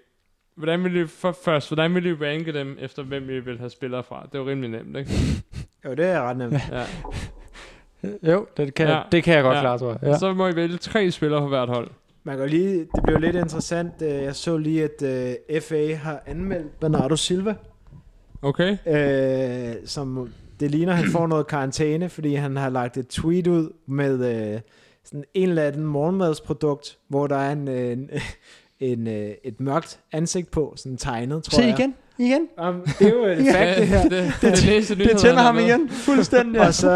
Hvordan vil I, for, først, hvordan vil I ranke dem efter, hvem I vil have spillere fra? Det er jo rimelig nemt, ikke? jo, det er ret nemt. Ja. Jo, det kan, Ja. det kan jeg godt Ja. ja. klare, tror jeg. Ja. Så må I vælge tre spillere fra hvert hold. Man kan jo lige, det blev lidt interessant. Øh, Jeg så lige, at øh, FA har anmeldt Bernardo Silva, Okay? øh, som det ligner, han får noget karantæne, fordi han har lagt et tweet ud med øh, sådan en eller anden morgenmadsprodukt, hvor der er en, øh, en, en, øh, et mørkt ansigt på, sådan tegnet, tror Se jeg. igen, igen. Om, det er jo et fact, det her. det, det, det, næste nyhed, Det tænder han har ham med. igen, fuldstændig. Og så,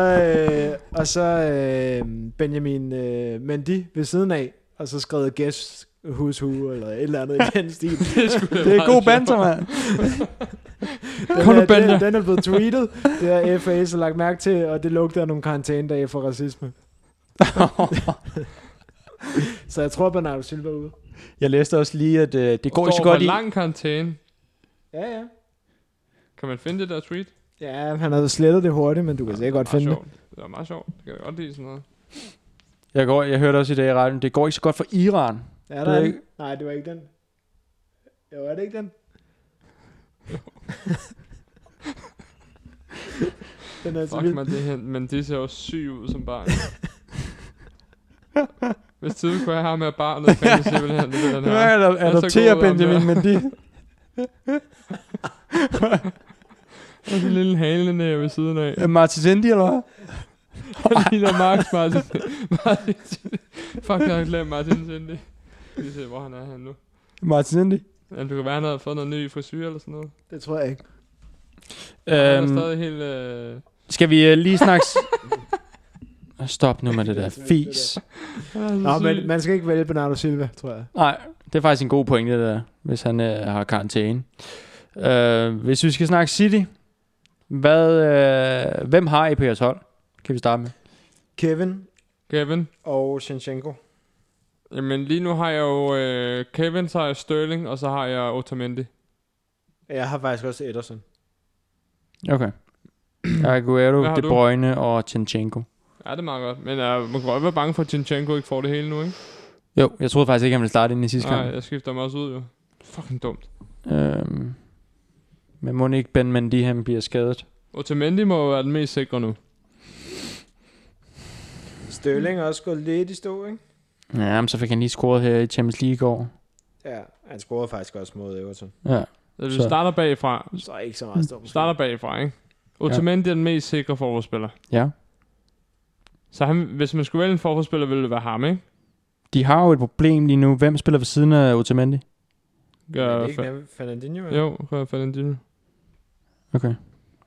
øh, og så øh, Benjamin øh, Mendy ved siden af, og så skrevet guess who's who, eller et eller andet i den stil. det, skulle det er god banter, mand. Den Kom nu, er- den- Benja. Den er blevet tweetet. Det har FA så lagt mærke til, og det lugter af nogle karantænedage for racisme. Så jeg tror, Bernardo Silva er ude. jeg læste også lige, at øh, det går ikke så godt i... i... lang karantæne. Ja, ja. Kan man finde det der tweet? Ja, han havde slettet det hurtigt, men du kan sikkert godt meget finde det. sjovt. det. var meget sjovt. Det kan jeg godt lide sådan noget. Jeg, går, jeg hørte også i dag i radioen, det går ikke så godt for Iran. Er Det der er en? ikke- Nej, det var ikke den. Jo, er det ikke den? den er altså Fuck vild. man, det her, men det ser jo syg ud som barn. Hvis tid kunne jeg have med barnet, kan jeg simpelthen det den Nu her. er der er så adopterer god, ham Benjamin der. Mendy. Og den lille halenæve ved siden af. Øh, Martin Sindi, eller hvad? Han ligner Max Martin. Martin Fuck, jeg har glemt Martin Sindi. Vi ser, hvor han er henne nu. Martin Sindi. Ja, det kan være, han havde fået noget ny frisyr eller sådan noget. Det tror jeg ikke. Han er Øhm, stadig helt... Øh... skal vi øh, lige snakke... s- Stop nu med det der fis. Nå, men man skal ikke vælge Bernardo Silva, tror jeg. Nej, det er faktisk en god pointe, det der, hvis han øh, har karantæne. Øh, hvis vi skal snakke City, hvad, øh, hvem har I på jeres hold? Kan vi starte med? Kevin Kevin, og Shinchenko. Jamen lige nu har jeg jo øh, Kevin, så har jeg Sterling, og så har jeg Otamendi. Jeg har faktisk også Ederson. Okay. Aguero, Hvad har De du? Bruyne og Tinchenko. Ja, det er meget godt. Men øh, man kan godt være bange for, at Tinchenko ikke får det hele nu, ikke? Jo, jeg troede faktisk ikke, han ville starte inden i sidste Nej, kamp. jeg skifter mig også ud, jo. Fucking dumt. Øhm, men må ikke Ben Mendy, han bliver skadet? Otamendi må jo være den mest sikre nu. Stirling er også gået lidt i stå, ikke? Ja, men så fik han lige scoret her i Champions League i går. Ja, han scorede faktisk også mod Everton. Ja. Altså, Så- vi starter bagfra. Så ikke så meget stå. Vi starter bagfra, ikke? Otamendi er den mest sikre forforspiller. ja. Så han, hvis man skulle vælge en forforspiller, ville det være ham, ikke? De har jo et problem lige nu. Hvem spiller ved siden af Otamendi? Ja, Gør, øh, det er fa- ikke Nav- Fernandinho? eller? jo, gør Fernandinho. Okay.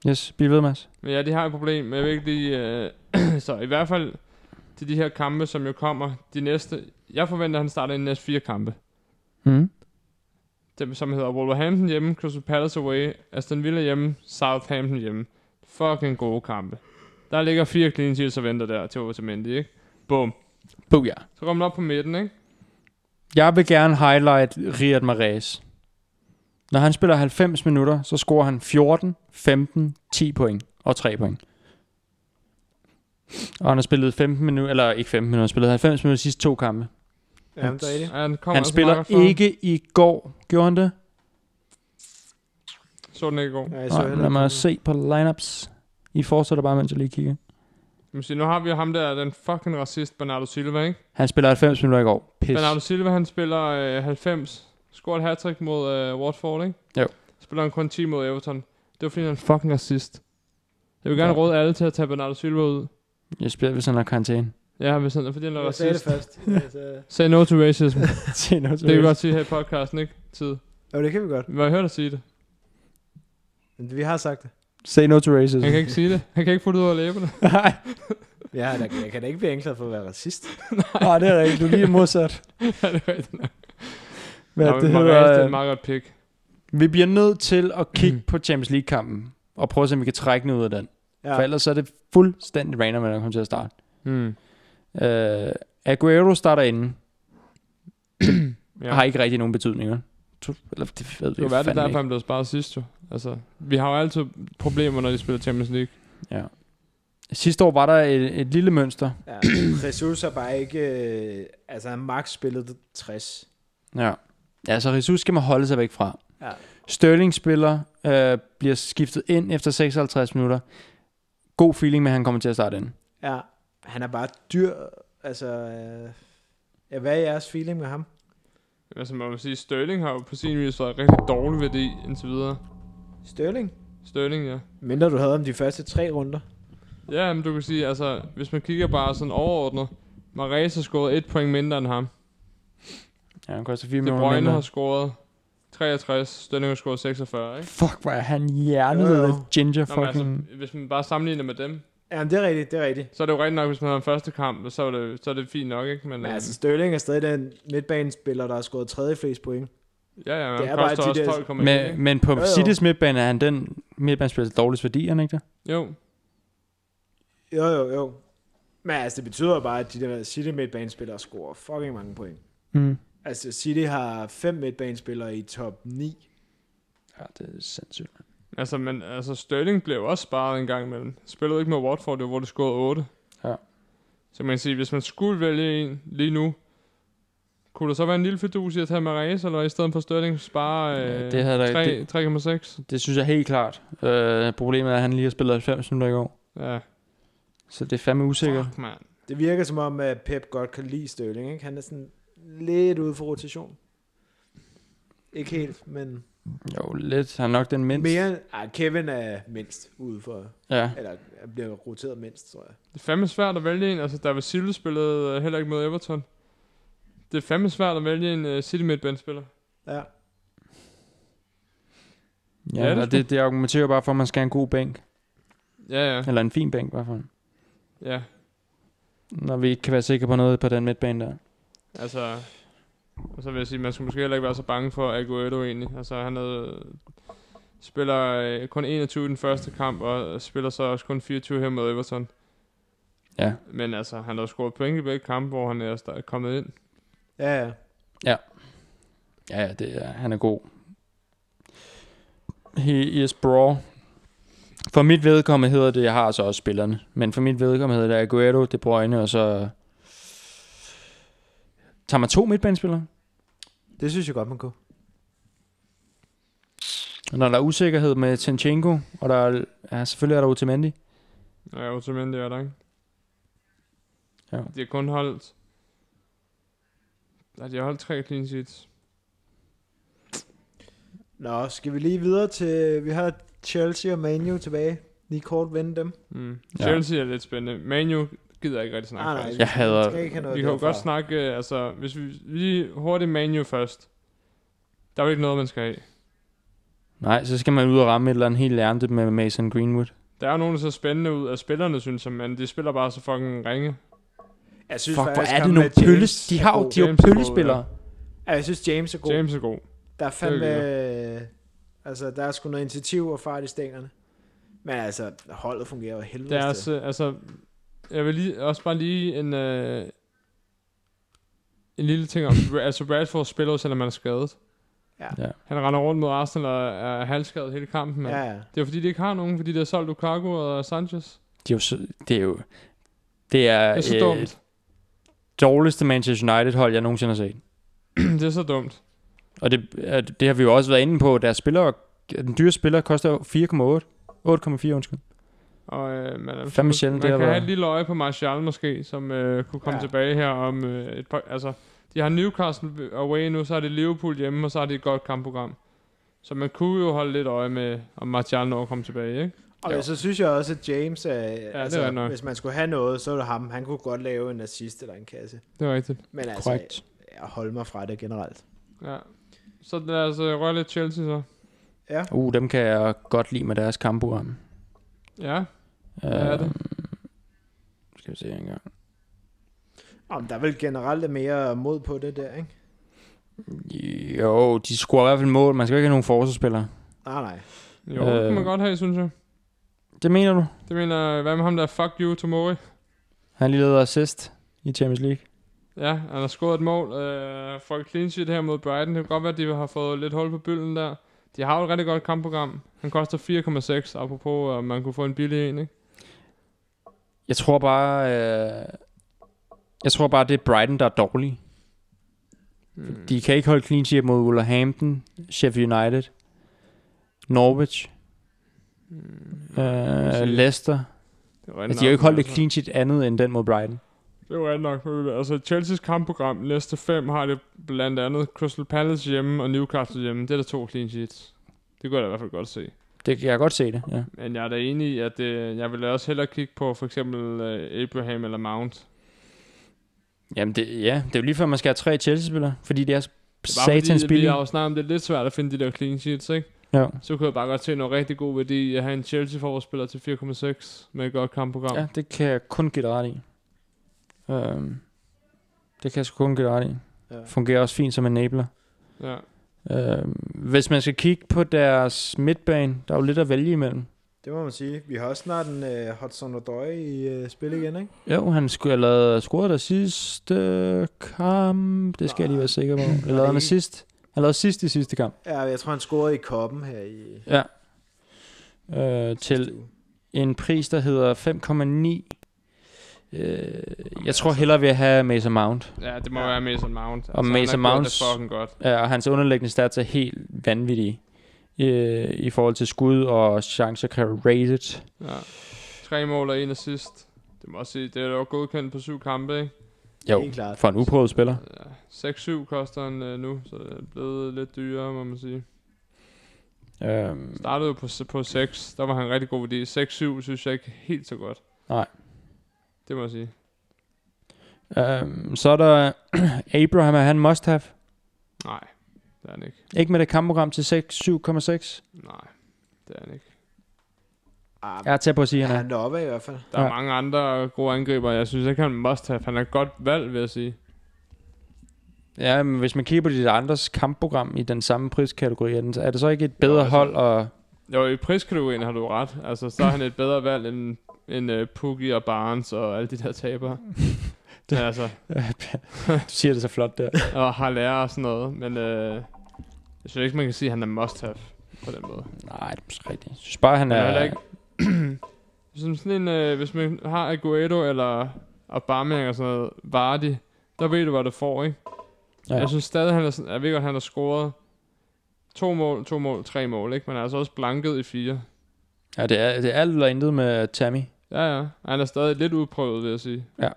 Yes, bliv ved, Mads. Men ja, de har et problem, men jeg ved ikke lige... Øh, så i hvert fald til de her kampe, som jo kommer de næste... Jeg forventer, at han starter i de næste fire kampe. Mm. Dem, som hedder Wolverhampton hjemme, Crystal Palace away, Aston Villa hjemme, Southampton hjemme. Fucking gode kampe. Der ligger fire clean sheets og venter der til Otamendi, ikke? Boom. Booyah. Så kommer man op på midten, ikke? Jeg vil gerne highlight Riyad Mahrez. Når han spiller 90 minutter, så scorer han 14, 15, 10 point og 3 point. Og han har spillet 15 minutter, eller ikke 15 minutter, han har spillet 90 minutter de sidste to kampe. Ja, men der er det. Han, kommer Han altså spiller meget godt for. ikke i går, gjorde han det? Så den ikke i går. Nej, jeg så Nej, heller lad ikke mig den. se på lineups. I fortsætter bare, mens jeg lige kigger. Man siger, nu har vi jo ham der, den fucking racist Bernardo Silva, ikke? Han spiller 90 minutter i går. Pis. Bernardo Silva, han spiller øh, 90. Scorer et hattrick mod øh, Watford, ikke? Jo. Spiller han kun 10 mod Everton. Det var fordi, han er en fucking racist. Jeg vil gerne Ja. råde alle til at tage Bernardo Silva ud. Jeg spiller, hvis han har karantæne. Ja, hvis han er fordi, han er Jeg sagde det racist. først. Altså, Say no to racism. Se noget det kan vi seriøst. godt sige her i podcasten, ikke? Tid. jo, det kan vi godt. Vi har hørt dig sige det. Men vi har sagt det. Say no to racism. Han kan ikke sige det. Han kan ikke få det ud af læberne. Nej, Jeg, har da, jeg kan da ikke blive anklaget for at være racist. nej, Ah, det er rigtigt. Du er lige modsat. ja, det er rigtigt nok. Hvad Nå, det men Mahrez, det er hedder, øh, et meget godt pick. Vi bliver nødt til at kigge på Champions League-kampen, og prøve at se, om vi kan trække noget ud af den. Ja. For Ja. ellers så er det fuldstændig random, at han kommer til at starte. Hmm. Uh, Aguero starter inden, Ja. ja. har ikke rigtig nogen betydninger. To- Eller det ved Det kan vi jo være, det er fandme derfor, ikke. han blev sparet sidst jo. Altså, vi har jo altid problemer, når de spiller Champions League. Ja. Sidste år var der et, et lille mønster. ja. Jesus har bare ikke... Øh, altså, han max spillet 60. Ja. Altså, Jesus skal man holde sig væk fra. Ja. Sterling spiller, øh, bliver skiftet ind efter 56 minutter. God feeling med, at han kommer til at starte inden. Ja. Han er bare dyr. Altså... Øh, ja, hvad er jeres feeling med ham? Altså man må sige, Sterling har jo på sin vis været rigtig dårlig værdi indtil videre. Sterling? Sterling, ja. Mindre du havde om de første tre runder. Ja, men du kan sige, altså, hvis man kigger bare sådan overordnet, Marais har scoret et point mindre end ham. Ja, han koster 4 De millioner Bruyne mindre. har scoret 63, Sterling har scoret 46, ikke? Fuck, hvor er han hjernet Jo, jo. af ginger Nå, men fucking... altså, hvis man bare sammenligner med dem, Jamen, det er rigtigt, det er rigtigt. så er det jo rigtigt nok, hvis man har en første kamp, så er det, så er det fint nok, ikke? Men, Men øhm, altså, Sterling er stadig den midtbanespiller, der har skåret tredje flest point. ja, ja, det han er bare koster de også der- 12,1, Men, ikke? men på Jo, jo. Citys midtbane er han den midtbanespiller, der dårligst værdi, er han ikke det? Jo, Jo, jo, jo. Men altså, det betyder bare, at de der City midtbanespillere scorer fucking mange point. Mm. Altså, City har fem midtbanespillere i top 9. Ja, det er sindssygt. altså, men, altså Sterling blev også sparet en gang imellem. Spillede ikke med Watford, det var, hvor du scorede 8. Ja. Så man kan sige, hvis man skulle vælge en lige nu, kunne der så være en lille fidus i at tage Marais, eller i stedet for Sterling spare Ja, øh, det havde der- det- 3, 3,6? Det synes jeg helt klart. Øh, problemet er, at han lige har spillet 90 minutter i går. Ja, Så det er fandme usikkert. fuck, man. Det virker som om, at Pep godt kan lide Sterling, ikke? Han er sådan lidt ude for rotation. Ikke helt, men Jo, lidt. Han er nok den mindste. mere... Ej, Kevin er mindst ude for... Ja. Eller bliver roteret mindst, tror jeg. Det er fandme svært at vælge en. Altså, David Silva spillede øh, heller ikke mod Everton. Det er fandme svært at vælge en uh, City midtbandspiller. Ja. ja, det ja er det, det, det argumenterer jo bare for, at man skal have en god bænk. Ja, ja. Eller en fin bænk, i hvert fald. Ja, Når vi ikke kan være sikre på noget på den midtbane der. altså... Og så vil jeg sige, man skulle måske heller ikke være så bange for Aguero egentlig. Altså, han havde, spiller øh, kun 21 i den første kamp, og spiller så også kun 24 her mod Everton. Ja. Men altså, han har jo scoret point i begge kampe, hvor han er sta- kommet ind. Ja, ja. Ja, ja, det er, han er god. He is bra. For mit vedkommende hedder det, jeg har så også spillerne, men for mit vedkommende hedder det Aguero, De Bruyne, og så... Tager man to midtbanespillere? Det synes jeg godt, man kunne. Og Når der er usikkerhed med Tinchenko, og der er, ja, selvfølgelig er der Otamendi. Og jeg er jo simpelthen, det er der, ikke? Ja. De har kun holdt... Nej, de har holdt tre clean sheets. Nå, skal vi lige videre til... Vi har Chelsea og Manu tilbage. Lige kort vende dem. Mm. Ja. Ja. Chelsea er lidt spændende. Manu gider jeg ikke rigtig snakke Ah, Nej, nej. faktisk. Jeg hader- skal ikke have noget Vi kan jo derfra. godt snakke, øh, altså, hvis vi lige hurtigt Manu først. Der er jo ikke noget, man skal have. Nej, så skal man ud og ramme et eller andet helt lærende med Mason Greenwood. Der er jo nogen, der ser spændende ud af spillerne, synes jeg, men de spiller bare så fucking ringe. Jeg synes Fuck, hvor faktisk, er ham det nogle med James pølles... De er har jo, god. de er jo James er god, pøllespillere. Ja, jeg synes, James er god. James. James er god. Der er fandme... Det øh, Altså, der er sgu noget initiativ og fart i stængerne. Men altså, holdet fungerer jo af helvede. Deres, øh, altså, jeg vil lige, også bare lige en, øh, en lille ting om, altså Rashford spiller jo, selvom man er skadet. Ja. Ja. Han render rundt mod Arsenal og er halvskadet hele kampen. til. mand. Ja, ja. Det er fordi, de ikke har nogen, fordi de har solgt Lukaku og Sanchez. De er jo, så- det er jo... Det er, Det er så øh, dumt. dårligste Manchester United-hold, jeg nogensinde har set. det er så dumt. Og det, øh, det har vi jo også været inde på. Deres spillere, den dyre spiller koster jo 4,8. 8,4 undskyld. Og, øh, man, er- Fandme sjældent, man det har kan have været. et lille øje på Martial måske, som øh, kunne komme Ja. ja. tilbage her om øh, et par, altså, de har Newcastle away nu, så er det Liverpool hjemme, og så har de et godt kampprogram. Så man kunne jo holde lidt øje med, om Martial når at komme tilbage, ikke? Og Jo. jo. så synes jeg også, at James, øh, ja, det altså, er nok. hvis man skulle have noget, så er det ham. Han kunne godt lave en assist eller en kasse. Det er rigtigt. Men altså, Korrekt. jeg holder mig fra det generelt. Ja. Så lad os øh, røre lidt Chelsea så. Ja, Uh, dem kan jeg godt lide med deres kampprogram. Ja, Øh, er det? Skal vi se engang. om der er vel generelt lidt mere mod på det der, ikke? Jo, de scorer i hvert fald mål. Man skal jo ikke have nogen forsvarsspillere. Nej, nej. jo, øh. det Øh. kan man godt have, synes jeg. Det mener du? Det mener, hvad med ham der, fuck you tomorrow? Han lige lavede assist i Champions League. Ja, han har scoret et mål. Øh, får et clean sheet her mod Brighton. Det kan godt være, at de har fået lidt hold på bylden der. De har jo et rigtig godt kampprogram. Han koster 4,6, apropos, at man kunne få en billig en, ikke? Jeg tror bare... Øh, jeg tror bare, det er Brighton, der er dårlig. Mm. De kan ikke holde clean sheet mod Wolverhampton, Sheffield United, Norwich, Mm. øh, Leicester. Det er Altså, de har jo ikke holdt et clean sheet andet end den mod Brighton. Det er jo ret nok. men Altså, Chelsea's kampprogram næste fem har det blandt andet Crystal Palace hjemme og Newcastle hjemme. Det er der to clean sheets. Det kunne jeg da i hvert fald godt se. Det kan jeg godt se det, ja. Men jeg er da enig i, at det, jeg ville også hellere kigge på for eksempel øh, Abraham eller Mount. Jamen, det, ja, det er jo lige før, man skal have tre Chelsea-spillere, fordi det er Det er bare satans fordi, vi billige. har jo snakket om, det er lidt svært at finde de der clean sheets, ikke? Ja. Så kunne jeg bare godt se noget rigtig god værdi i at have en Chelsea-forspiller til 4,6 med et godt kampprogram. ja, det kan jeg kun give dig ret i. Øhm, det kan jeg sgu kun give dig ret i. Ja. Fungerer også fint som enabler. ja. Øhm, hvis man skal kigge på deres midtbane, der er jo lidt at vælge imellem. Det må man sige. Vi har også snart en uh, Hudson Odoi i uh, spil igen, ikke? Jo, han skulle have lavet scoret der sidste kamp. Det skal jeg lige være sikker på. Jeg lavede han sidst. Han lavede sidst i sidste kamp. Ja, jeg tror, han scorede i koppen her i... Ja. Øh, til sidste uge. en pris, der hedder 5,9. Øh, jeg tror hellere, vi have Mason Mount. ja, det må Ja. være Mason Mount. Altså, Og Mason han har gjort Mounts- Det fucking godt. Ja, og hans underliggende stats er helt vanvittige øh, i forhold til skud og chancer created. Ja. Tre mål og en assist. Det må også sige, det er jo godkendt på syv kampe, ikke? Jo, Helt klart. for en uprøvet spiller. Ja. 6-7 koster han øh, nu, så det er blevet lidt dyrere, må man sige. Øh, Startede jo på, s- på 6, der var han rigtig god værdi. 6-7 synes jeg ikke helt så godt. Nej. Det må jeg sige. øh, så er der Abraham, er han must have. Nej, det er han ikke. Ikke med det kampprogram til 6, 7,6. Nej, det er han ikke. Ah, Jeg er tæt på at sige, ja, at han er. han er oppe af i hvert fald. Der er Ja. mange andre gode angriber. Jeg synes ikke, han er must have. Han er et godt valg, vil jeg sige. Ja, men hvis man kigger på de andres kampprogram i den samme priskategori, er den- er det så ikke et bedre Jo, jo, altså- hold? Og, Jo, i priskategorien har du ret. Altså, så er han et bedre valg end, end uh, Pukki og Barnes og alle de der tabere. det... altså, du siger det så flot der. og Haller og sådan noget. Men øh, jeg synes ikke, man kan sige, at han er must have på den måde. Nej, det er måske rigtigt. Jeg synes bare, han Han er er... heller ikke... Som sådan en, øh, hvis man har Aguero eller Aubameyang og sådan noget, Vardy, der ved du, hvad du får, ikke? Ja. Ja. Jeg synes stadig, han er, sådan- jeg ved godt, han har scoret to mål, to mål, tre mål, ikke? Men han er altså også blanket i fire. Ja, det er, det er alt eller intet med Tammy. Ja, ja. Og Han er stadig lidt udprøvet, vil jeg sige. Ja,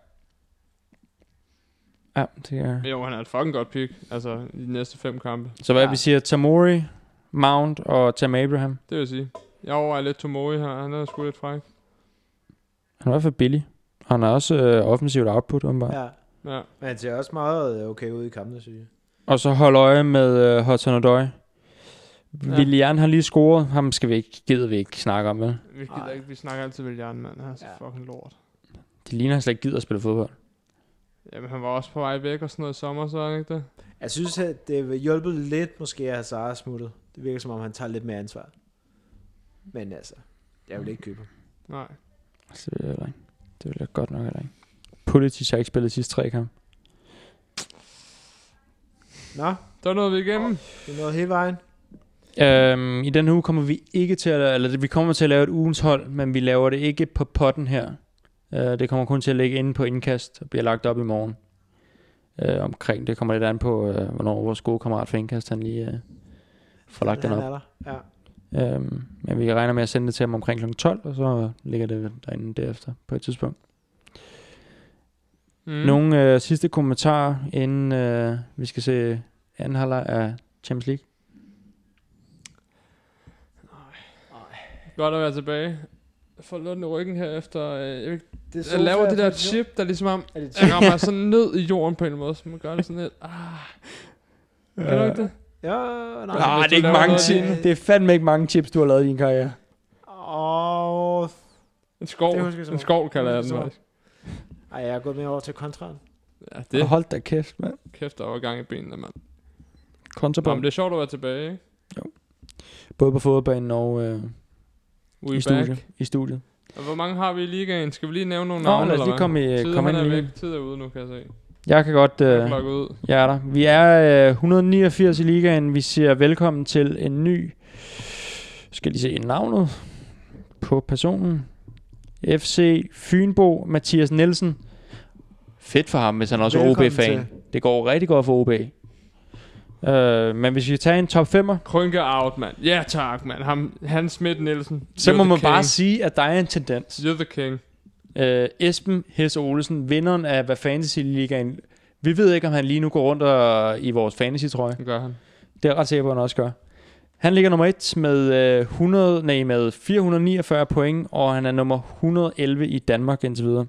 det er... Men jo, han er et fucking godt pick, altså i de næste fem kampe. Så hvad Ja. ja. vi siger, Tamori, Mount og Tam Abraham. Det vil jeg sige. Jeg overvejer lidt Tomori her, han er sgu lidt fræk. Han er i hvert fald billig. Og Han er også øh, offensivt output, åbenbart. Ja. Ja. Ja. Men han ser også meget øh, okay ud i kampen, synes jeg. Og så holde øje med øh, Hudson Odoi. Ja. Ja. Willian har lige scoret. Ham skal vi ikke, gider vi ikke snakke om, vel? Vi, gider Ej. ikke, vi snakker altid ved Jan, mand. Han er så Ja. fucking lort. Det ligner, han slet ikke gider at spille fodbold. Jamen, han var også på vej væk og sådan noget i sommer, så er han ikke det? Jeg synes, at det har hjulpet lidt måske, at Hazard er smuttet. Det virker som om, han tager lidt mere ansvar. Men altså, jeg vil ikke købe ham. Nej. Altså, det vil jeg heller ikke. Det vil jeg godt nok heller ikke. Politis har ikke spillet de sidste tre kampe. Nå, Der nåede vi igennem. vi nåede hele vejen. Øhm, I denne uge kommer vi ikke til at, eller vi kommer til at lave et ugens hold, men vi laver det ikke på potten her. Øh, det kommer kun til at ligge inde på indkast og bliver lagt op i morgen. Øh, omkring det kommer lidt an på, øh, hvornår vores gode kammerat for indkast, han lige øh, får lagt den Han op. er der. Ja. Øhm, men vi regner med at sende det til ham omkring kl. 12, og så ligger det derinde derefter på et tidspunkt. Mm. Mm. Nogle øh, sidste kommentarer, inden øh, vi skal se anden halvleg af Champions League. Godt at være tilbage. Jeg får lunden i ryggen her efter... Øh, jeg, ved- Det jeg laver det der chip, der ligesom om... Er det Jeg chip? rammer sådan ned i jorden på en eller anden måde, så man gør det sådan lidt... Ah, kan du Øh, ikke det? Ja, nej. Ah, Ah, hvis det er du ikke mange laver noget af chips. dine- Det er fandme ikke mange chips, du har lavet i din karriere. Åh, oh, En skov. Det husker jeg så En meget. skov kalder jeg Det den husker jeg faktisk. ej, jeg er gået mere over til kontraen. Ja, Det. det Hold da kæft, mand. kæft, der var gang i benene, mand. Nå, men Kontrabom. det er sjovt at være tilbage, ikke? Både på fodboldbanen og øh, i, We back. studiet, i studiet. Og hvor mange har vi i ligaen? Skal vi lige nævne nogle Nå, navne, lad os eller lige hvad? komme, i, øh, Tiden, komme han ind i er ligaen. væk. Tid er ude nu, kan jeg se. Jeg kan godt... Øh. Øh, Klokken ud. jeg er der. Vi er øh, 189 i ligaen. Vi siger velkommen til en ny... Skal lige se navnet på personen. FC Fynbo Mathias Nielsen. Fedt for ham, hvis han også er Velkommen OB-fan. Det går rigtig godt for OB. Øh, men hvis vi tager en top 5'er, Krynke out, mand. Ja tak, mand. Ham, Hans Schmidt Nielsen. så You're må the man king. bare sige, at der er en tendens. You're the king. Øh, Esben Hesse Olesen, vinderen af hvad Fantasy Ligaen. Vi ved ikke, om han lige nu går rundt og, i vores fantasy-trøje. Det gør han. Det er jeg ret sikker på, at han også gør. Han ligger nummer 1 med, øh, 100, nej, med 449 point, og han er nummer 111 i Danmark indtil videre.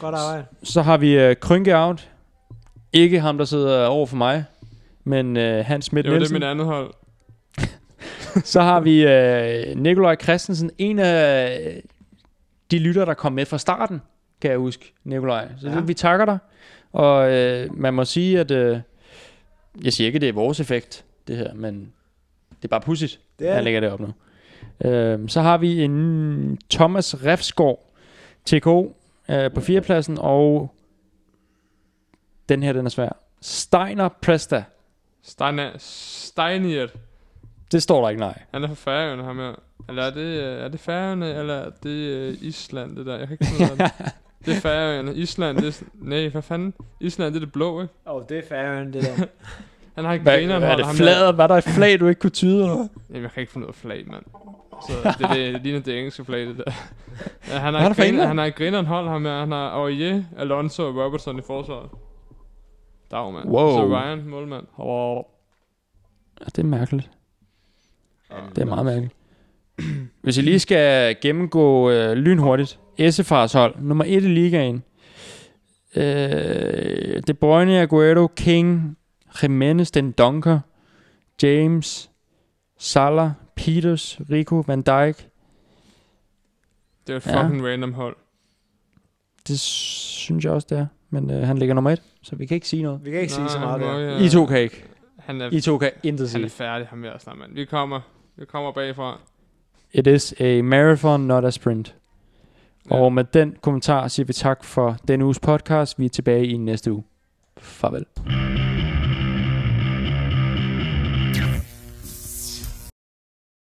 Godt arbejde. Så har vi øh, Krynke Out. Ikke ham, der sidder over for mig, men øh, Hans Schmidt Jo, det er Nielsen. mit andet hold. Så har vi øh, Nikolaj Christensen, en af de lytter, der kom med fra starten, kan jeg huske, Nikolaj. Så Ja. ja. vi takker dig, og øh, man må sige, at øh, jeg siger ikke, at det er vores effekt, det her, men det er bare pudsigt, Det at er jeg lægger det op nu. Øh, så har vi en Thomas Refsgaard, TKO, øh, på fjerdepladsen, og den her, den er svær. Steiner Presta, Steiner. Steiniert. det står der ikke nej. Han er fra Færøerne, ham her. Eller er det, øh, er det Færøerne, eller er det øh, Island, det der? Jeg kan ikke finde ud af det. Det er Færøerne. Island, det er... sådan- Nej, hvad fanden? Island, det er det blå, ikke? Åh, oh, det er færre det der. Han har ikke Hvad, grineren er hold, det ham flader? Var der et flag, du ikke kunne tyde? Eller? hvad? Der. Jamen, jeg kan ikke finde ud af flag, mand. Så det, er det, det ligner det engelske flag, det der. Ja, han, er har det for griner, England? han har grineren hold, ham her. Han har Aurier, Alonso og Robertson i forsvaret. Dag, mand. Wow. Så Ryan, målmand. Wow. Ja, det er mærkeligt. Det er altså. meget mærkeligt. Hvis jeg lige skal gennemgå øh, lynhurtigt. Essefars hold, nummer 1 i ligaen. Øh, De Bruyne, Aguero, King, Jimenez, Den Donker, James, Salah, Peters, Rico, Van Dijk. Det er et Ja. fucking random hold. Det synes jeg også, det er. Men øh, han ligger nummer 1, så vi kan ikke sige noget. Vi kan ikke sige så meget han der. må øh, I to kan ikke. Han er, I to kan intet han er sige. færdig, ham her snart, mand. Vi kommer. Vi kommer bagfra. It is a marathon, not a sprint. Ja. Og med den kommentar siger vi tak for denne uges podcast. Vi er tilbage i næste uge. Farvel. Mm.